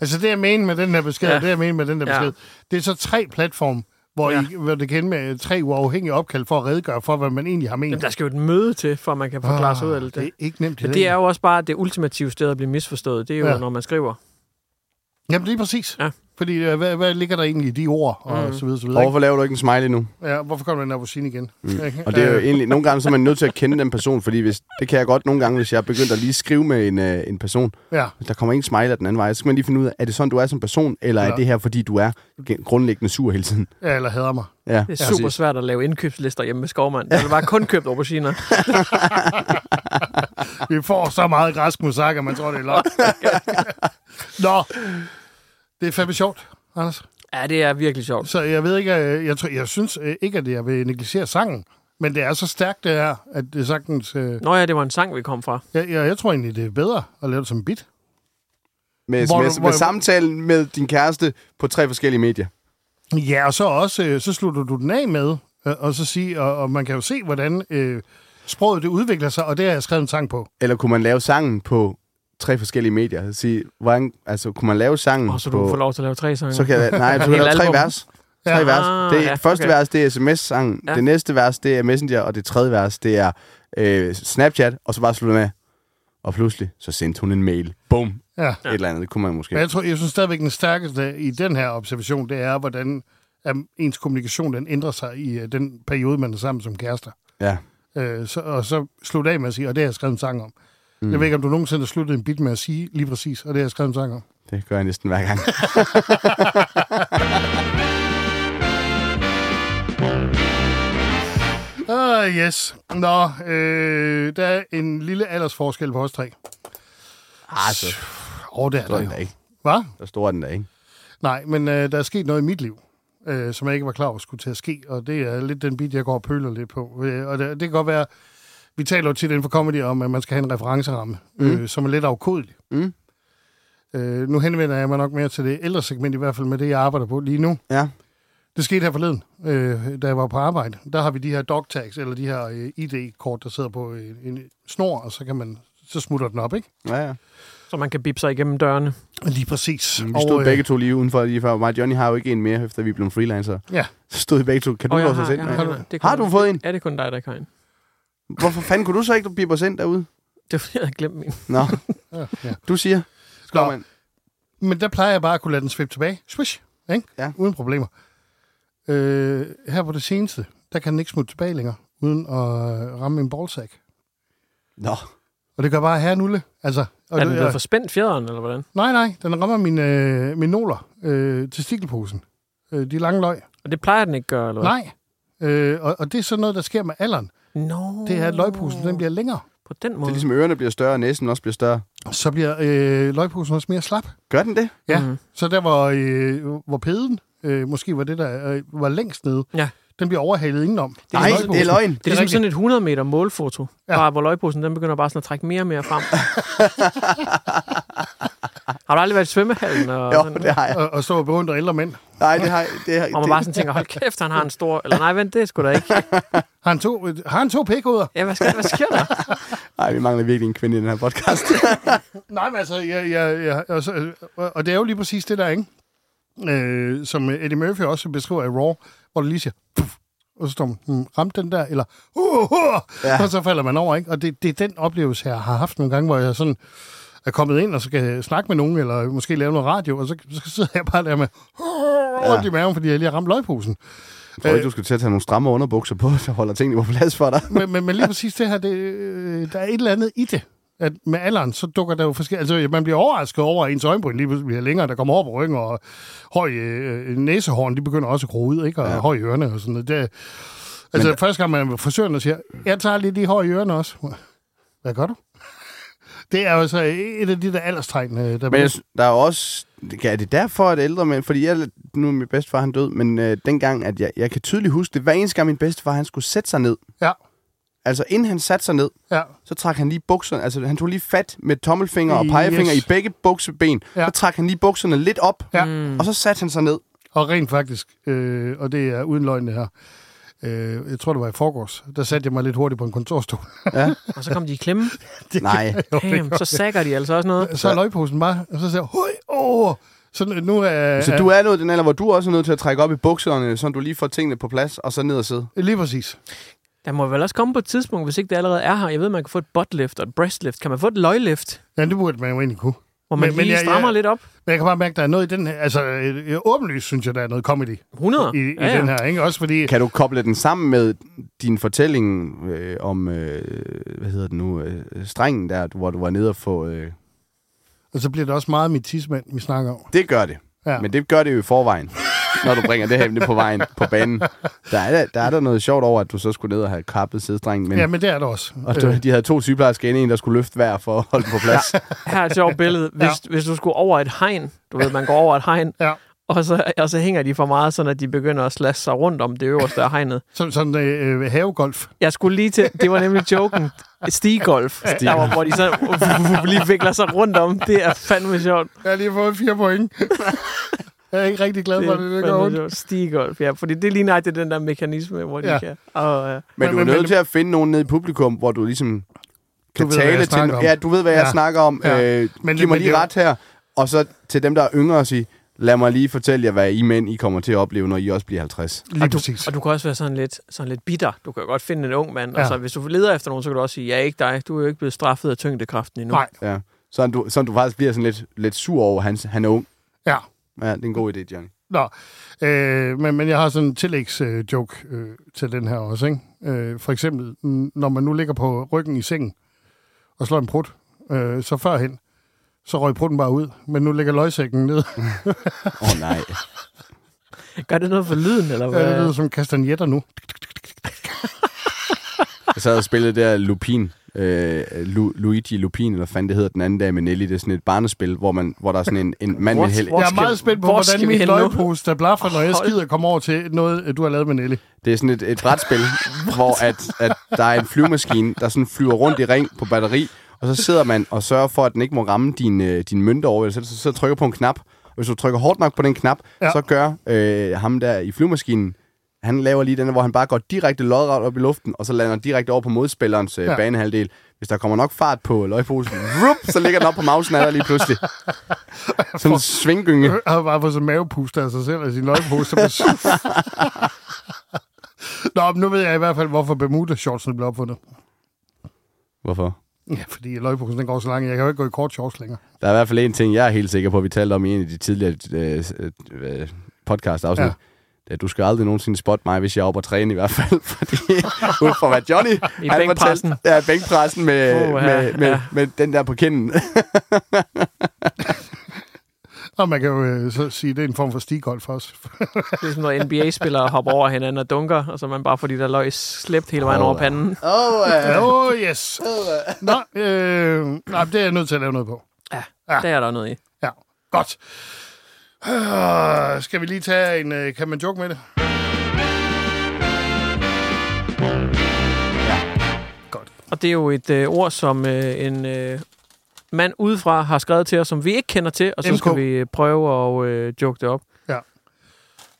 [SPEAKER 1] Altså det, jeg mener med den der besked,
[SPEAKER 2] Ja.
[SPEAKER 1] ja. det, jeg mener med den der
[SPEAKER 2] Ja.
[SPEAKER 1] besked, det er så tre platforme, hvor,
[SPEAKER 2] Ja.
[SPEAKER 1] ja. I, hvor det kan ende med øh, tre uafhængige opkald for at redegøre for, hvad man egentlig har ment. Ah,
[SPEAKER 2] Jamen, der skal jo et møde til, for at man kan
[SPEAKER 3] Ah,
[SPEAKER 2] forklare sig ud af alt
[SPEAKER 1] det er
[SPEAKER 2] det.
[SPEAKER 1] ikke nemt.
[SPEAKER 2] Men det er jo også bare det ultimative sted at blive misforstået. Det er jo, ja.
[SPEAKER 1] Ja.
[SPEAKER 2] når man skriver.
[SPEAKER 1] Jamen, lige præcis.
[SPEAKER 2] Ja.
[SPEAKER 1] Ja. Fordi øh, hvad, hvad ligger der egentlig i de ord, og
[SPEAKER 2] Mm.
[SPEAKER 1] mm. så videre, så videre.
[SPEAKER 3] Hvorfor laver du ikke en smiley nu?
[SPEAKER 1] ikke? Ja, hvorfor kommer den der rosin igen? Mm.
[SPEAKER 3] Og det er jo
[SPEAKER 2] Øh.
[SPEAKER 3] egentlig, nogle gange så er man nødt til at kende den person, fordi hvis, det kan jeg godt nogle gange, hvis jeg er begyndt at lige skrive med en, øh, en person,
[SPEAKER 1] Ja,
[SPEAKER 3] hvis der kommer en smile af den anden vej, så skal man lige finde ud af, er det sådan, du er som person, eller ja. er
[SPEAKER 1] Ja.
[SPEAKER 3] det her, fordi du er gen- grundlæggende sur hele tiden?
[SPEAKER 1] ja, eller hader mig.
[SPEAKER 3] Ja,
[SPEAKER 2] Det er super
[SPEAKER 3] præcis.
[SPEAKER 2] svært at lave indkøbslister hjemme med skovmand. Der er bare kun købt auberginer.
[SPEAKER 1] Vi får så meget græsk musak, at man tror, det er løgn. Nå, det er fandme sjovt, Anders.
[SPEAKER 2] Ja, det er virkelig sjovt.
[SPEAKER 1] Så jeg ved ikke, øh, jeg, tror, jeg synes øh, ikke, at jeg vil negligere sangen, men det er så stærkt, det her, at det sagtens... Øh,
[SPEAKER 2] Nå ja, det var en sang, vi kom fra.
[SPEAKER 1] jeg, jeg, jeg tror egentlig, det er bedre at lave det som en bit.
[SPEAKER 3] Med,
[SPEAKER 1] Hvor-
[SPEAKER 3] med,
[SPEAKER 1] hvor-
[SPEAKER 3] med samtalen med din kæreste på tre forskellige medier.
[SPEAKER 1] Ja, og så også, øh, så slutter du den af med, øh, og så sige, og, og man kan jo se, hvordan øh, sproget det udvikler sig, og det har jeg skrevet en sang på.
[SPEAKER 3] Eller kunne man lave sangen på tre forskellige medier? Så Sige, hvordan, altså, kunne man lave sangen
[SPEAKER 2] Og så du
[SPEAKER 3] på...
[SPEAKER 2] får lov til at lave tre sange.
[SPEAKER 3] Så kan jeg, nej, du kan
[SPEAKER 2] Helt
[SPEAKER 3] lave tre
[SPEAKER 2] album.
[SPEAKER 3] vers. Tre
[SPEAKER 1] Ja.
[SPEAKER 3] vers. Det
[SPEAKER 2] Ah, ja,
[SPEAKER 3] første
[SPEAKER 2] okay.
[SPEAKER 3] vers, det er sms-sangen.
[SPEAKER 2] Ja.
[SPEAKER 3] Det næste vers, det er Messenger. Og det tredje vers, det er øh, Snapchat. Og så bare slutte med. Og pludselig, så sendte hun en mail. Bum.
[SPEAKER 1] Ja.
[SPEAKER 3] Et eller andet. Det kunne man måske.
[SPEAKER 1] Men jeg, tror, jeg synes stadigvæk, den stærkeste i den her observation, det er, hvordan øhm, ens kommunikation den ændrer sig i øh, den periode, man er sammen som kærester.
[SPEAKER 3] Ja.
[SPEAKER 1] Øh, så, og så slutte af med at sige, og det har jeg skrevet en sang om. Mm. Jeg ved ikke, om du nogensinde har sluttet en bit med at sige lige præcis, og det har jeg skrevet en sang om.
[SPEAKER 3] Det gør jeg næsten hver gang.
[SPEAKER 1] Ah, yes. Nå, øh, der er en lille aldersforskel på os tre.
[SPEAKER 3] Ah, så
[SPEAKER 1] Åh, oh, det er
[SPEAKER 3] stor
[SPEAKER 1] der
[SPEAKER 3] er den
[SPEAKER 1] jo.
[SPEAKER 3] der ikke.
[SPEAKER 1] Hvad?
[SPEAKER 3] Så stor er den der ikke.
[SPEAKER 1] Nej, men øh, der er sket noget i mit liv, øh, som jeg ikke var klar over skulle til at ske, og det er lidt den bit, jeg går og pøler lidt på. Øh, og det, det kan godt være, vi taler jo tit inden for comedy om, at man skal have en referenceramme, øh, som er lidt afkodelig.
[SPEAKER 3] Mm.
[SPEAKER 1] Øh, nu henvender jeg mig nok mere til det ældre segment, i hvert fald med det, jeg arbejder på lige nu.
[SPEAKER 3] Ja.
[SPEAKER 1] Det skete her forleden, øh, da jeg var på arbejde. Der har vi de her dog tags, eller de her øh, ID-kort, der sidder på en, en snor, og så kan man så smutter den op, ikke?
[SPEAKER 3] Ja, ja.
[SPEAKER 2] Så man kan bippe sig igennem dørene.
[SPEAKER 1] Lige præcis.
[SPEAKER 3] Vi
[SPEAKER 2] øh,
[SPEAKER 3] stod begge to lige udenfor lige før. Mig og Johnny har jo ikke en mere, efter vi er blevet freelancer.
[SPEAKER 1] Ja.
[SPEAKER 3] Så stod vi begge to. Kan du
[SPEAKER 2] Åh,
[SPEAKER 3] oh,
[SPEAKER 2] jeg
[SPEAKER 3] låse os ind?
[SPEAKER 2] jeg
[SPEAKER 3] Nej.
[SPEAKER 2] en. Det er kun-
[SPEAKER 3] Har du fået en?
[SPEAKER 2] Ja, det er kun dig, der kan en.
[SPEAKER 3] Hvorfor fanden kunne du så ikke du pipe os ind derude?
[SPEAKER 2] Det er fordi, jeg havde glemt min.
[SPEAKER 3] Nå,
[SPEAKER 1] Ja, ja.
[SPEAKER 3] du siger.
[SPEAKER 1] Nå,
[SPEAKER 3] Skovmand.
[SPEAKER 1] Men der plejer jeg bare at kunne lade den svippe tilbage. Swish, ikke?
[SPEAKER 3] Ja.
[SPEAKER 1] Uden problemer. Øh, her på det seneste, der kan den ikke smutte tilbage længere, uden at øh, ramme en ballsack.
[SPEAKER 3] Nå.
[SPEAKER 1] Og det gør bare her nulle. Altså, og
[SPEAKER 2] Er den
[SPEAKER 1] det-
[SPEAKER 2] blevet for spændt fjederen, eller hvordan?
[SPEAKER 1] Nej, nej, den rammer min, øh, min noler øh, til stikkelposen. Øh, de lange løg.
[SPEAKER 2] Og det plejer den ikke at gøre, eller hvad?
[SPEAKER 1] Nej. Øh, og, og, det er sådan noget, der sker med alderen.
[SPEAKER 2] No.
[SPEAKER 1] Det er, at løgposen den bliver længere.
[SPEAKER 2] På den
[SPEAKER 3] Det
[SPEAKER 2] måde.
[SPEAKER 3] er ligesom ørerne bliver større, og næsen også bliver større.
[SPEAKER 1] Så bliver øh, løgposen også mere slap.
[SPEAKER 3] Gør den det?
[SPEAKER 1] Ja,
[SPEAKER 2] Mhm.
[SPEAKER 1] mm. så der hvor, øh, hvor pæden øh, måske var det, der øh, var længst nede,
[SPEAKER 2] Ja.
[SPEAKER 1] den bliver overhalet indenom.
[SPEAKER 2] Det er
[SPEAKER 3] Nej,
[SPEAKER 2] løgposen.
[SPEAKER 3] det er løgn.
[SPEAKER 2] Det er ligesom
[SPEAKER 1] rigtigt.
[SPEAKER 2] sådan et 100 meter målfoto, ja.
[SPEAKER 1] Ja.
[SPEAKER 2] bare, hvor løgposen den begynder bare sådan at trække mere og mere frem. har du aldrig været i svømmehallen? Og,
[SPEAKER 3] Jo,
[SPEAKER 2] sådan,
[SPEAKER 3] det har jeg.
[SPEAKER 1] og, og stå og beundre ældre mænd.
[SPEAKER 3] Nej, det har jeg. Det har,
[SPEAKER 2] og man
[SPEAKER 3] det,
[SPEAKER 2] bare sådan tænker, hold kæft, han har en stor... Eller nej, vent, det er sgu da ikke.
[SPEAKER 1] Har han to, øh, har han to pikhoveder?
[SPEAKER 2] Ja, hvad, sker, hvad sker der?
[SPEAKER 3] Ej, vi mangler virkelig en kvinde i den her podcast.
[SPEAKER 1] Nej, men altså, jeg, jeg, jeg, altså, øh, og det er jo lige præcis det der, ikke? Øh, som Eddie Murphy også beskriver i Raw, hvor du lige siger, puff, og så står man, hmm, ramte den der, eller, uh, uh,
[SPEAKER 3] Ja.
[SPEAKER 1] ja. og så falder man over, ikke? Og det, det er den oplevelse, jeg har haft nogle gange, hvor jeg sådan er kommet ind og skal snakke med nogen, eller måske lave noget radio, og så, så sidder jeg bare der med uh, rundt i maven, fordi jeg lige har ramt løgposen.
[SPEAKER 3] Jeg tror ikke, du skal til at tage nogle stramme underbukser på, der holder tingene på plads for dig.
[SPEAKER 1] men, men, men lige præcis det her, det, øh, der er et eller andet i det. At med alderen, så dukker der jo forskellige... Altså, man bliver overrasket over, at ens øjenbryn lige pludselig bliver længere, der kommer over på ryggen, og høj øh, næsehorn, de begynder også at gro ud, ikke? Og ja. høje ørerne og sådan noget. Det, er- altså, men, første gang man forsøger og siger, jeg tager lige de høje ørerne også. Hvad gør du? Det er jo altså et af de der alderstræn, øh, der
[SPEAKER 3] Men
[SPEAKER 1] bliver...
[SPEAKER 3] jeg, sy- der er jo også... Ja, er det derfor, at ældre mænd... Fordi jeg, nu er min bedstefar, han død, men øh, dengang, at jeg, jeg kan tydeligt huske det. Hver eneste gang min bedstefar, han skulle sætte sig ned,
[SPEAKER 1] Ja,
[SPEAKER 3] Altså, inden han satte sig ned,
[SPEAKER 1] Ja.
[SPEAKER 3] så trak han lige bukserne. Altså, han tog lige fat med tommelfinger og pegefinger
[SPEAKER 1] Yes.
[SPEAKER 3] i begge bukseben.
[SPEAKER 1] Ja.
[SPEAKER 3] Så trak han lige bukserne lidt op,
[SPEAKER 1] Ja.
[SPEAKER 3] og så satte han sig ned.
[SPEAKER 1] Og rent faktisk, øh, og det er uden løgn det her, øh, jeg tror det var i forgårs, der satte jeg mig lidt hurtigt på en kontorstol.
[SPEAKER 2] Og så kom de i klemme.
[SPEAKER 3] Nej.
[SPEAKER 2] Damn, så sækker de altså også noget.
[SPEAKER 1] så er løgposen bare, og så sagde jeg, høj, åh! Så nu er...
[SPEAKER 3] Så du er nået den alder, hvor du også er nødt til at trække op i bukserne, så du lige får tingene på plads, og så ned og sidde.
[SPEAKER 1] Lige præcis.
[SPEAKER 2] Der må vel også komme på et tidspunkt, hvis ikke det allerede er her. Jeg ved, man kan få et buttlift og et breastlift. Kan man få et løglift,
[SPEAKER 1] Ja, det burde man jo egentlig kunne.
[SPEAKER 2] hvor man
[SPEAKER 1] Men-
[SPEAKER 2] men,
[SPEAKER 1] men
[SPEAKER 2] lige
[SPEAKER 1] jeg-
[SPEAKER 2] strammer
[SPEAKER 1] jeg-
[SPEAKER 2] lidt op?
[SPEAKER 1] Men jeg kan bare mærke, at der er noget i den her... Altså, øh, øh, åbenlyst synes jeg, der er noget comedy
[SPEAKER 2] 100?
[SPEAKER 1] i, i ja, ja. den her, ikke? Også fordi...
[SPEAKER 3] Kan du koble den sammen med din fortælling øh, om, øh, hvad hedder det nu, øh, strengen der, hvor du var nede og få... Øh,
[SPEAKER 1] Og så bliver det også meget mit tidsmand, vi snakker om.
[SPEAKER 3] det gør det.
[SPEAKER 1] Ja.
[SPEAKER 3] Ja. Men det gør det jo i forvejen, når du bringer det her emne på vejen, på banen. Der er, der- der er der noget sjovt over, at du så skulle ned og have kappet sædstrengen, men...
[SPEAKER 1] Ja, men det er det også. Øh,
[SPEAKER 3] Og du, de havde to sygeplejersker inde, en der skulle løfte hver for at holde den på plads.
[SPEAKER 2] Her er et sjovt billede. Hvis, ja. hvis du skulle over et hegn, du ved, man går over et hegn,
[SPEAKER 1] Ja.
[SPEAKER 2] og, så, og så hænger de for meget, sådan at de begynder at slasse sig rundt om det øverste af hegnet.
[SPEAKER 1] Som, sådan øh, øh, havegolf.
[SPEAKER 2] Jeg skulle lige til, det var nemlig joken, stigolf, der var, hvor de så lige vikler sig rundt om. Det er fandme sjovt.
[SPEAKER 1] Jeg har lige fået fire point. jeg er ikke rigtig glad
[SPEAKER 2] Det
[SPEAKER 1] for det, det
[SPEAKER 2] er
[SPEAKER 1] går
[SPEAKER 2] fandme
[SPEAKER 1] ondt.
[SPEAKER 2] sjovt. Stigolf, ja. Fordi det ligner det den der mekanisme, hvor de
[SPEAKER 1] Ja.
[SPEAKER 2] ja. kan. Og, øh,
[SPEAKER 3] Men du er
[SPEAKER 1] Men- men-
[SPEAKER 3] nødt til at finde nogen nede i publikum, hvor du ligesom kan
[SPEAKER 1] Du ved, hvad jeg
[SPEAKER 3] tale til...
[SPEAKER 1] snakker om.
[SPEAKER 3] Ja, du ved, hvad jeg
[SPEAKER 1] Ja.
[SPEAKER 3] snakker om.
[SPEAKER 1] Ja.
[SPEAKER 3] Ja. Øh,
[SPEAKER 1] Men-
[SPEAKER 3] men, giv mig
[SPEAKER 1] men det
[SPEAKER 3] lige
[SPEAKER 1] er jo-
[SPEAKER 3] ret her. Og så til dem, der er yngre, at sige, lad mig lige fortælle jer, hvad I mænd I kommer til at opleve, når I også bliver 50.
[SPEAKER 1] Lige
[SPEAKER 2] og du,
[SPEAKER 1] præcis.
[SPEAKER 2] Og du kan også være sådan lidt, sådan lidt bitter. Du kan jo godt finde en ung mand.
[SPEAKER 1] Ja.
[SPEAKER 2] Ja. Altså, hvis du leder efter nogen, så kan du også sige, ja, ikke dig. Du er jo ikke blevet straffet af tyngdekraften endnu.
[SPEAKER 1] Nej.
[SPEAKER 3] Ja. Sådan du, sådan du faktisk bliver sådan lidt, lidt sur over, han, han er ung.
[SPEAKER 1] Ja.
[SPEAKER 3] Ja, det er en god idé, Johnny.
[SPEAKER 1] Nå, øh, men, men jeg har sådan en tillægsjoke øh, joke, øh, til den her også, ikke? Øh, for eksempel, mm, når man nu ligger på ryggen i sengen og slår en prut, øh, så førhen, så røg prutten bare ud, men nu ligger løgsækken ned.
[SPEAKER 3] Åh oh, nej.
[SPEAKER 2] Gør det noget for lyden, eller
[SPEAKER 1] Ja, Øh, det
[SPEAKER 2] hvad?
[SPEAKER 1] lyder som kastanjetter nu.
[SPEAKER 3] Jeg sad og spillede der Lupin. Øh, Lu, Luigi Lupin, eller hvad fanden det hedder den anden dag med Nelly. Det er sådan et barnespil, hvor, man, hvor der er sådan en, en mand med
[SPEAKER 2] What?
[SPEAKER 3] hel...
[SPEAKER 2] Hvor
[SPEAKER 1] jeg er
[SPEAKER 2] skal-
[SPEAKER 1] meget spændt på,
[SPEAKER 2] hvor
[SPEAKER 1] hvordan
[SPEAKER 2] skal vi
[SPEAKER 1] min
[SPEAKER 2] hen nu?
[SPEAKER 1] løgpose, der blaffer, når jeg
[SPEAKER 2] Hold.
[SPEAKER 1] skider, kommer over til noget, øh, du har lavet med Nelly.
[SPEAKER 3] Det er sådan et, et brætspil, hvor at, at der er en flyvemaskine, der sådan flyver rundt i ring på batteri, og så sidder man og sørger for, at den ikke må ramme din, øh, din mønter over, så, så, så trykker på en knap. Og hvis du trykker hårdt nok på den knap,
[SPEAKER 1] Ja.
[SPEAKER 3] ja. så gør øh, ham der i flyvemaskinen, han laver lige den, hvor han bare går direkte lodret op i luften, og så lander direkte over på modspillerens øh,
[SPEAKER 1] Ja.
[SPEAKER 3] ja. banehalvdel. Hvis der kommer nok fart på løgposen, rup, så ligger den op på mausen af dig lige pludselig. Sådan en svinggynge.
[SPEAKER 1] Jeg Øh, har bare fået sådan en mavepuste af sig selv og sin løgpose. der blev- Nå, men nu ved jeg i hvert fald, hvorfor Bermuda-shortsene blev opfundet.
[SPEAKER 3] Hvorfor?
[SPEAKER 1] Ja, fordi løgposen den går så langt, jeg kan jo ikke gå i kort shorts længere.
[SPEAKER 3] Der er i hvert fald en ting, jeg er helt sikker på, at vi talte om i en af de tidligere øh, øh, podcast-afsnit.
[SPEAKER 1] Ja.
[SPEAKER 3] Ja. At du skal aldrig nogensinde spotte mig, hvis jeg er oppe og træne i hvert fald. Fordi, ud fra hvad Johnny...
[SPEAKER 2] I bænkpressen.
[SPEAKER 3] Fortalte, ja, bænkpressen med,
[SPEAKER 2] Åh,
[SPEAKER 3] oh,
[SPEAKER 2] ja,
[SPEAKER 3] med, med,
[SPEAKER 2] ja.
[SPEAKER 3] med, den der på kinden.
[SPEAKER 1] Og man kan jo øh, så sige, at det er en form for stigolf også.
[SPEAKER 2] Det er sådan noget, NBA-spillere hopper over hinanden og dunker, og så er man bare får de der løg slæbt hele vejen
[SPEAKER 3] Åh,
[SPEAKER 2] over
[SPEAKER 3] ja.
[SPEAKER 2] panden.
[SPEAKER 3] oh,
[SPEAKER 1] Ja.
[SPEAKER 3] uh,
[SPEAKER 1] Oh, yes. Nå, øh, nej, det er jeg nødt til at lave noget på.
[SPEAKER 2] Der er der noget i.
[SPEAKER 1] Ja, godt. Øh, skal vi lige tage en... Øh, kan man joke med det? Ja. Godt.
[SPEAKER 2] Og det er jo et øh, ord, som øh, en øh, mand udefra har skrevet til os, som vi ikke kender til, og så
[SPEAKER 1] MK.
[SPEAKER 2] skal vi øh, prøve at øh, joke det op.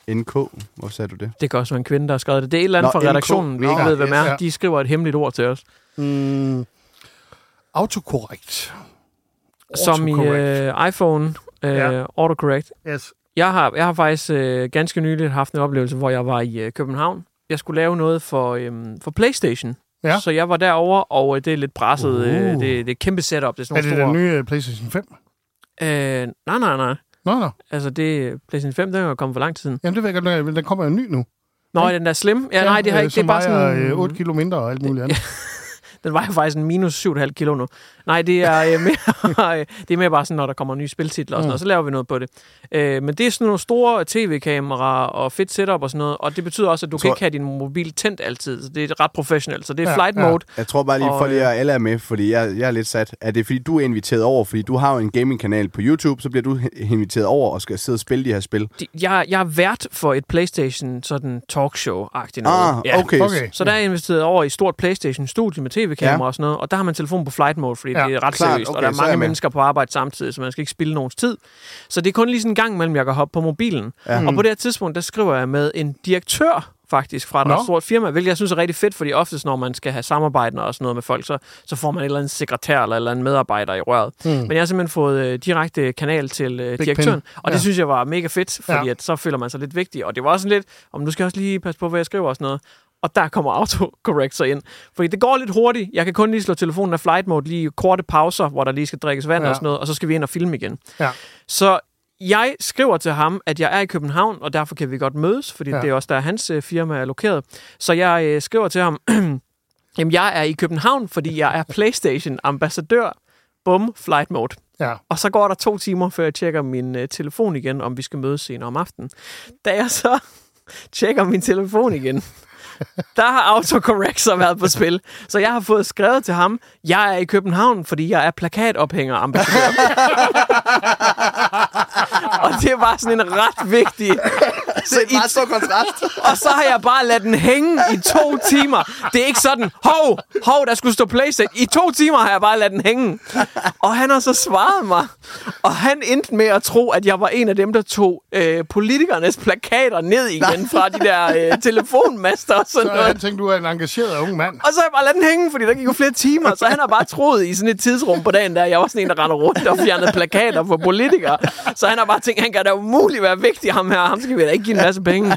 [SPEAKER 3] NK, hvor sagde du det?
[SPEAKER 2] Det gør så en kvinde, der har skrevet det. Det er et eller andet
[SPEAKER 3] Nå,
[SPEAKER 2] fra
[SPEAKER 3] MK.
[SPEAKER 2] redaktionen, vi ikke
[SPEAKER 3] Nå,
[SPEAKER 2] ved, hvem
[SPEAKER 1] yes, ja.
[SPEAKER 2] er. De skriver et hemmeligt ord til os.
[SPEAKER 1] Mm, autokorrekt.
[SPEAKER 2] Som i
[SPEAKER 1] Autocorrect.
[SPEAKER 2] øh, iPhone, øh,
[SPEAKER 1] Ja.
[SPEAKER 2] ja. autocorrect.
[SPEAKER 1] Yes.
[SPEAKER 2] Jeg har, jeg har faktisk øh, ganske nyligt haft en oplevelse, hvor jeg var i øh, København. Jeg skulle lave noget for, øhm, for PlayStation.
[SPEAKER 1] Ja.
[SPEAKER 2] Så jeg var derover og øh, det er lidt presset. Uh. Øh,
[SPEAKER 1] Uh.
[SPEAKER 2] det, det er et kæmpe setup. Det er
[SPEAKER 1] Er
[SPEAKER 2] sådan
[SPEAKER 1] det den
[SPEAKER 2] nogle store...
[SPEAKER 1] nye øh, PlayStation 5?
[SPEAKER 2] Øh, nej, nej, nej.
[SPEAKER 1] Nå, nå.
[SPEAKER 2] Altså, det, PlayStation 5, den er jo kommet for lang tid siden.
[SPEAKER 1] Jamen, det ved jeg godt, men den kommer jo ny nu.
[SPEAKER 2] Nå, er den der slim? Ja, nej, det har
[SPEAKER 1] øh,
[SPEAKER 2] ikke. Det
[SPEAKER 1] som
[SPEAKER 2] er bare
[SPEAKER 1] vejer, øh,
[SPEAKER 2] sådan...
[SPEAKER 1] 8 kilo mindre og alt muligt andet.
[SPEAKER 2] Den vejer faktisk en minus 7,5 kilo nu. Nej, det er, øh, mere, øh, det er mere bare sådan, når der kommer nye spiltitler
[SPEAKER 3] Mm.
[SPEAKER 2] og sådan noget, så laver vi noget på det. Øh, men det er sådan nogle store tv-kameraer og fedt setup og sådan noget, og det betyder også, at du
[SPEAKER 3] Tror-
[SPEAKER 2] kan ikke have din mobil tændt altid. Så det er ret professionelt, så det er
[SPEAKER 1] Ja,
[SPEAKER 2] flight
[SPEAKER 1] ja.
[SPEAKER 2] mode.
[SPEAKER 3] Jeg tror bare lige,
[SPEAKER 2] Og,
[SPEAKER 3] for lige at alle er med, fordi jeg, jeg er lidt sat. Er det fordi, du er inviteret over? Fordi du har jo en gaming-kanal på YouTube, så bliver du he- inviteret over og skal sidde og spille de her spil.
[SPEAKER 2] De- Jeg, jeg er vært for et PlayStation sådan talkshow-agtigt noget.
[SPEAKER 3] Ah, okay.
[SPEAKER 1] Okay.
[SPEAKER 2] Så der er jeg investeret over i et stort Playstation-studie med tv-kamera
[SPEAKER 3] Ja.
[SPEAKER 2] og sådan noget, og der har man telefon på flight mode, fordi
[SPEAKER 1] Ja,
[SPEAKER 2] ja, det er ret
[SPEAKER 3] klart.
[SPEAKER 2] seriøst, okay, og
[SPEAKER 3] Okay,
[SPEAKER 2] der er
[SPEAKER 3] så er
[SPEAKER 2] mange
[SPEAKER 3] jeg med.
[SPEAKER 2] mennesker på arbejde samtidig, så man skal ikke spille nogens tid. Så det er kun lige sådan en gang mellem, jeg kan hoppe på mobilen. Ja. Og på det her tidspunkt, der skriver jeg med en direktør faktisk fra et
[SPEAKER 1] Nå.
[SPEAKER 2] ret stort firma, hvilket jeg synes er rigtig fedt, fordi oftest, når man skal have samarbejder og sådan noget med folk, så, så får man en eller anden sekretær eller en eller anden medarbejder i røret. Mm. Men jeg har simpelthen fået øh, direkte kanal til øh,
[SPEAKER 1] Big
[SPEAKER 2] direktøren,
[SPEAKER 1] Pen.
[SPEAKER 2] og det
[SPEAKER 1] Ja.
[SPEAKER 2] synes jeg var mega fedt, fordi
[SPEAKER 1] Ja.
[SPEAKER 2] ja. at så føler man sig lidt vigtig. Og det var også sådan lidt, om nu skal jeg også lige passe på, hvad jeg skriver og sådan noget. Og der kommer autocorrect så ind. Fordi det går lidt hurtigt. Jeg kan kun lige slå telefonen af flight mode, lige korte pauser, hvor der lige skal drikkes vand
[SPEAKER 1] Ja.
[SPEAKER 2] ja. og sådan noget, og så skal vi ind og filme igen.
[SPEAKER 1] Ja.
[SPEAKER 2] Så jeg skriver til ham, at jeg er i København, og derfor kan vi godt mødes, fordi
[SPEAKER 1] Ja.
[SPEAKER 2] ja. det er også der, hans øh, firma er lokeret. Så jeg øh, skriver til ham, jamen jeg er i København, fordi jeg er PlayStation-ambassadør. Bum, flight mode.
[SPEAKER 1] Ja.
[SPEAKER 2] Og så går der to timer, før jeg tjekker min øh, telefon igen, om vi skal mødes senere om aftenen. Da jeg så tjekker min telefon igen, der har autocorrect så været på spil. Så jeg har fået skrevet til ham, jeg er i København, fordi jeg er plakatophænger ambassadør. og det var sådan en ret vigtig... Så i
[SPEAKER 3] Meget stor kontrast.
[SPEAKER 2] og så har jeg bare ladet den hænge i to timer. Det er ikke sådan, hov, hov, der skulle stå Playstation. I to timer har jeg bare ladet den hænge. Og han har så svaret mig. Og han endte med at tro, at jeg var en af dem, der tog øh, politikernes plakater ned igen fra de der øh, telefonmaster og sådan
[SPEAKER 1] Så han
[SPEAKER 2] noget.
[SPEAKER 1] tænkte, du er en engageret ung mand.
[SPEAKER 2] Og så har jeg bare ladet den hænge, fordi der gik jo flere timer, så han har bare troet i sådan et tidsrum på dagen, der jeg var sådan en, der render rundt og fjernede plakater for politikere. Så han har bare tænkt, han kan da umuligt være vigtig, ham her. Ham skal vi da ikke give en masse penge.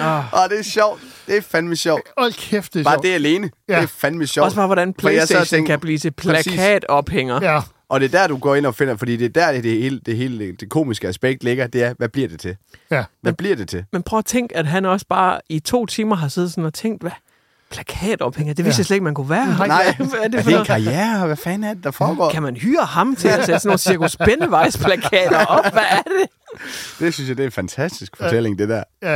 [SPEAKER 3] Åh, det er sjovt. Det er fandme sjovt.
[SPEAKER 1] Hold kæft, det er
[SPEAKER 3] Bare
[SPEAKER 1] sjovt.
[SPEAKER 3] det alene.
[SPEAKER 1] Ja.
[SPEAKER 3] Ja. Det er fandme sjovt.
[SPEAKER 2] Også bare, hvordan
[SPEAKER 3] For jeg sad og
[SPEAKER 2] PlayStation
[SPEAKER 3] tænkte-
[SPEAKER 2] kan blive til
[SPEAKER 3] Præcis.
[SPEAKER 2] plakatophænger. Ja.
[SPEAKER 1] Ja.
[SPEAKER 3] Og det er der, du går ind og finder, fordi det er der, det, det hele, det hele det komiske aspekt ligger, det er, hvad bliver det til?
[SPEAKER 1] Ja.
[SPEAKER 3] Hvad bliver det til?
[SPEAKER 2] Men prøv at tænke, at han også bare i to timer har siddet sådan og tænkt, hvad? Plakatophænger? Det vidste ja. jeg slet ikke, man kunne være.
[SPEAKER 3] Nej,
[SPEAKER 2] Hvad er det for
[SPEAKER 3] er det en
[SPEAKER 2] noget?
[SPEAKER 3] karriere? Hvad fanden er det, der foregår?
[SPEAKER 2] Kan man hyre ham til at sætte sådan nogle cirkus plakater op? Hvad er det?
[SPEAKER 3] Det synes jeg, det er en fantastisk fortælling, det der.
[SPEAKER 1] Ja,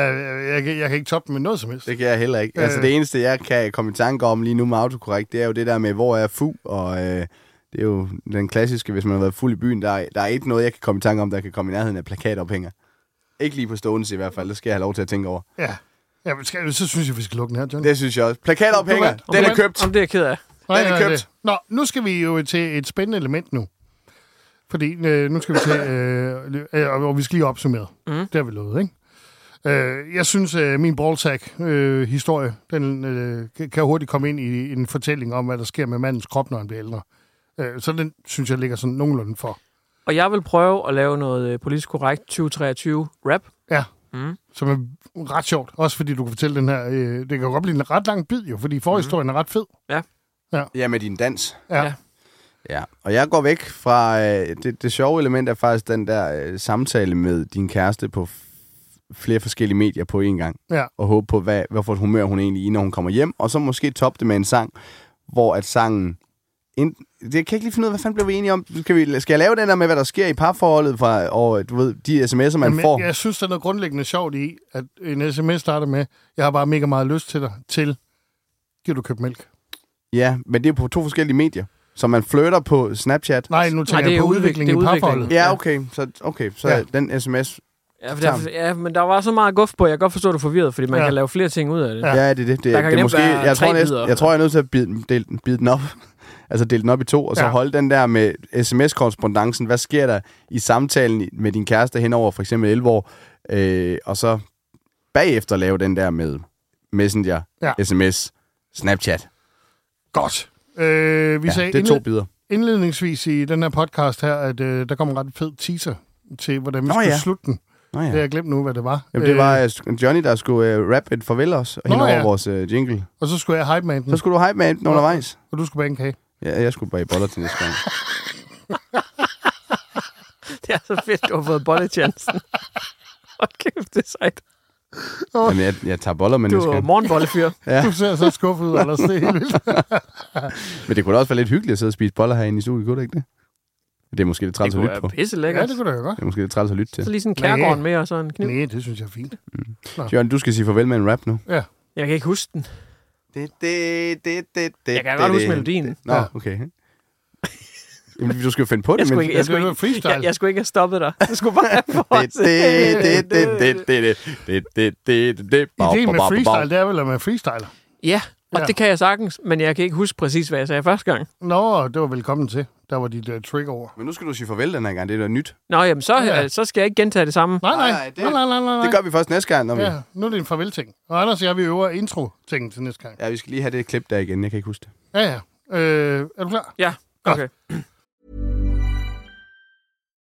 [SPEAKER 1] jeg, kan- jeg kan ikke toppe den med noget som helst.
[SPEAKER 3] Det kan jeg heller ikke. Altså,
[SPEAKER 1] Øh.
[SPEAKER 3] det eneste, jeg kan komme i tanke om lige nu med autokorrekt, det er jo det der med, hvor er fu, og øh, det er jo den klassiske, hvis man har været fuld i byen, der er, der er ikke noget, jeg kan komme i tanke om, der kan komme i nærheden af plakatophænger. Ikke lige på stående i hvert fald, det skal jeg have lov til at tænke over.
[SPEAKER 1] Ja. ja men skal, så synes jeg, vi skal lukke den her, John.
[SPEAKER 3] Det synes jeg også. Plakatophænger,
[SPEAKER 1] Du- du-
[SPEAKER 3] den
[SPEAKER 1] du-
[SPEAKER 3] er købt.
[SPEAKER 2] Om det er jeg ked af.
[SPEAKER 1] Nej,
[SPEAKER 3] Den er
[SPEAKER 1] nej,
[SPEAKER 3] købt.
[SPEAKER 1] det- Nå, nu skal vi jo til et spændende element nu. Fordi øh, nu skal vi til... Øh, øh, og og vi skal lige opsummere. Mm. Det har vi lovet, ikke? Øh, jeg synes, øh, min ballsack-historie, den øh, kan- kan hurtigt komme ind i, i en fortælling om, hvad der sker med mandens krop, når han bliver ældre. Øh, så den synes jeg ligger sådan nogenlunde for.
[SPEAKER 2] Og jeg vil prøve at lave noget øh, politisk korrekt 2023 rap.
[SPEAKER 1] Ja. Mm. Som er ret sjovt. Også fordi du kan fortælle den her... Øh, det kan godt blive en ret lang bid jo, fordi forhistorien mm. er ret fed.
[SPEAKER 3] Ja, med din dans.
[SPEAKER 1] Ja.
[SPEAKER 2] Ja.
[SPEAKER 3] Mhm. Ja, og jeg går væk fra... Øh, det, det sjove element er faktisk den der øh, samtale med din kæreste på f- flere forskellige medier på én gang.
[SPEAKER 1] Ja.
[SPEAKER 3] Og håbe på, hvad, hvad for et humør hun egentlig er i, når hun kommer hjem. Og så måske toppe det med en sang, hvor at sangen... Ind, det jeg kan ikke lige finde ud af, hvad fanden blev vi enige om? Skal, vi, skal jeg lave den der med, hvad der sker i parforholdet, fra, og du ved, de sms'er, man
[SPEAKER 1] Jamen,
[SPEAKER 3] får?
[SPEAKER 1] Jeg synes, der er noget grundlæggende sjovt i, at en sms starter med, jeg har bare mega meget lyst til dig, til, giver du købt mælk?
[SPEAKER 3] Ja, men det er på to forskellige medier. Så man flytter på Snapchat.
[SPEAKER 1] Nej, nu tænker
[SPEAKER 2] det
[SPEAKER 1] jeg
[SPEAKER 2] er
[SPEAKER 1] på
[SPEAKER 2] udvik-
[SPEAKER 1] udviklingen
[SPEAKER 2] det er
[SPEAKER 1] i parforholdet.
[SPEAKER 3] Ja, okay. Så, okay, så
[SPEAKER 1] Ja.
[SPEAKER 3] ja. den sms...
[SPEAKER 2] Ja, for der, ja, men der var så meget guf på, jeg kan godt forstå, at du er forvirret, fordi man
[SPEAKER 1] Ja.
[SPEAKER 2] ja. kan lave flere ting ud af det.
[SPEAKER 1] Ja.
[SPEAKER 2] Ja.
[SPEAKER 3] Ja, det er det. Det,
[SPEAKER 2] Der kan
[SPEAKER 3] det er
[SPEAKER 2] nemt
[SPEAKER 3] måske,
[SPEAKER 2] være
[SPEAKER 3] jeg,
[SPEAKER 2] tre
[SPEAKER 3] tror, næsten,
[SPEAKER 2] bidder.
[SPEAKER 3] jeg tror, jeg er nødt til at bide, den- dele, den- bide den op. altså dele den op i to, og så
[SPEAKER 1] Ja.
[SPEAKER 3] ja. holde den der med sms-korrespondancen. Hvad sker der i samtalen i- med din kæreste henover for eksempel 11 år? Øh, og så bagefter lave den der med messenger,
[SPEAKER 1] Ja.
[SPEAKER 3] ja. sms, Snapchat.
[SPEAKER 1] Godt. Øh, vi ja,
[SPEAKER 3] Ja,
[SPEAKER 1] sagde
[SPEAKER 3] det er to
[SPEAKER 1] indled-
[SPEAKER 3] bidder.
[SPEAKER 1] indledningsvis i den her podcast her, at øh, der kommer en ret fed teaser til, hvordan vi
[SPEAKER 3] Nå
[SPEAKER 1] skulle
[SPEAKER 3] ja.
[SPEAKER 1] slutte den.
[SPEAKER 3] Nå
[SPEAKER 1] Det har
[SPEAKER 3] ja.
[SPEAKER 1] jeg glemt nu, hvad det var.
[SPEAKER 3] Jamen, det var øh, Johnny, der skulle øh, rappe et farvel os
[SPEAKER 1] Nå
[SPEAKER 3] henover
[SPEAKER 1] ja.
[SPEAKER 3] vores øh, jingle.
[SPEAKER 1] og så skulle jeg hype med den,
[SPEAKER 3] Så skulle du hype med enten undervejs.
[SPEAKER 1] og du skulle bage en kage.
[SPEAKER 3] Ja, jeg skulle bare i boller til næste gang.
[SPEAKER 2] Det er så fedt, du har fået bolletjansen. Hold kæft, det er sejt.
[SPEAKER 3] Jamen, jeg, jeg tager boller, men,
[SPEAKER 2] Du
[SPEAKER 3] jeg
[SPEAKER 2] er
[SPEAKER 3] skal...
[SPEAKER 2] morgenbollefyr.
[SPEAKER 3] Ja.
[SPEAKER 1] Du ser så skuffet ud, Anders. Det er helt vildt.
[SPEAKER 3] men det kunne da også være lidt hyggeligt at sidde og spise boller herinde i studiet, kunne det ikke det? Det er måske
[SPEAKER 2] Det
[SPEAKER 3] lidt træls at
[SPEAKER 2] kunne
[SPEAKER 3] lytte
[SPEAKER 2] være
[SPEAKER 3] på.
[SPEAKER 2] pisse
[SPEAKER 1] Ja,
[SPEAKER 2] lækkert.
[SPEAKER 1] det kunne da godt.
[SPEAKER 3] Det er måske lidt træls at lytte
[SPEAKER 2] Så
[SPEAKER 3] til.
[SPEAKER 2] lige sådan en kærgården med, og så en kniv.
[SPEAKER 1] Nej, det synes jeg er fint.
[SPEAKER 3] Jørgen, du skal sige farvel med en rap nu.
[SPEAKER 1] Ja.
[SPEAKER 2] Jeg kan ikke huske den.
[SPEAKER 3] Det, det, det, det, det,
[SPEAKER 2] Jeg kan godt huske melodien.
[SPEAKER 3] Nå,
[SPEAKER 1] Ja.
[SPEAKER 3] okay. Jamen, du skal jo finde på det,
[SPEAKER 2] Jeg skulle ikke,
[SPEAKER 3] men...
[SPEAKER 2] jeg
[SPEAKER 1] Det
[SPEAKER 2] skulle
[SPEAKER 1] skulle være
[SPEAKER 2] ikke,
[SPEAKER 1] freestyle.
[SPEAKER 2] jeg, jeg skulle ikke have stoppet dig. Du skulle bare have
[SPEAKER 3] Det, det, det, det, det, det, det, det, det, det, det, Bow,
[SPEAKER 1] Ideen
[SPEAKER 3] bow,
[SPEAKER 1] med
[SPEAKER 3] bow, bow,
[SPEAKER 1] freestyle,
[SPEAKER 3] bow.
[SPEAKER 1] det er vel, at man freestyler.
[SPEAKER 2] Ja, og
[SPEAKER 1] Ja.
[SPEAKER 2] det kan jeg sagtens, men jeg kan ikke huske præcis, hvad jeg sagde første gang.
[SPEAKER 1] Nå, det var velkommen til. Der var dit uh, trick over.
[SPEAKER 3] Men nu skal du sige farvel den her gang, det er da nyt.
[SPEAKER 2] Nå, jamen, så,
[SPEAKER 1] Ja.
[SPEAKER 2] ja. så skal jeg ikke gentage det samme.
[SPEAKER 1] Nej, nej.
[SPEAKER 3] Nej, det-
[SPEAKER 1] nej, nej, nej, nej.
[SPEAKER 3] Det gør vi først næste gang, når vi...
[SPEAKER 1] Ja, nu er det en farvel-ting. Og Anders og jeg, vi øver intro-ting til næste gang.
[SPEAKER 3] Ja, vi skal lige have det klip der igen, jeg kan ikke huske det.
[SPEAKER 1] Ja, ja. Øh, er du klar?
[SPEAKER 2] Ja, okay.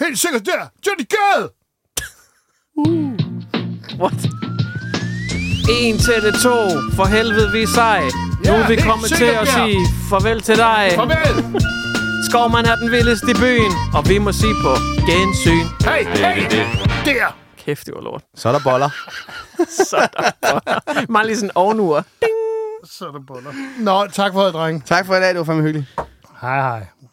[SPEAKER 1] Helt sikkert der! Johnny Gade!
[SPEAKER 2] What? En til det to. For helvede, vi er sej. Nu er vi
[SPEAKER 1] helt
[SPEAKER 2] kommet til
[SPEAKER 1] sikkert,
[SPEAKER 2] at
[SPEAKER 1] ja.
[SPEAKER 2] sige farvel til dig.
[SPEAKER 1] Farvel!
[SPEAKER 2] Skovman er den vildeste i byen, og vi må sige på gensyn.
[SPEAKER 1] Hey, hey! Der!
[SPEAKER 2] Kæft, det var lort.
[SPEAKER 3] Så er der boller.
[SPEAKER 2] Meget lige sådan en ovenur.
[SPEAKER 1] Så er der boller. Nå, tak for det, dreng.
[SPEAKER 3] tak for i dag, det var fandme hyggeligt.
[SPEAKER 1] Hej, hej.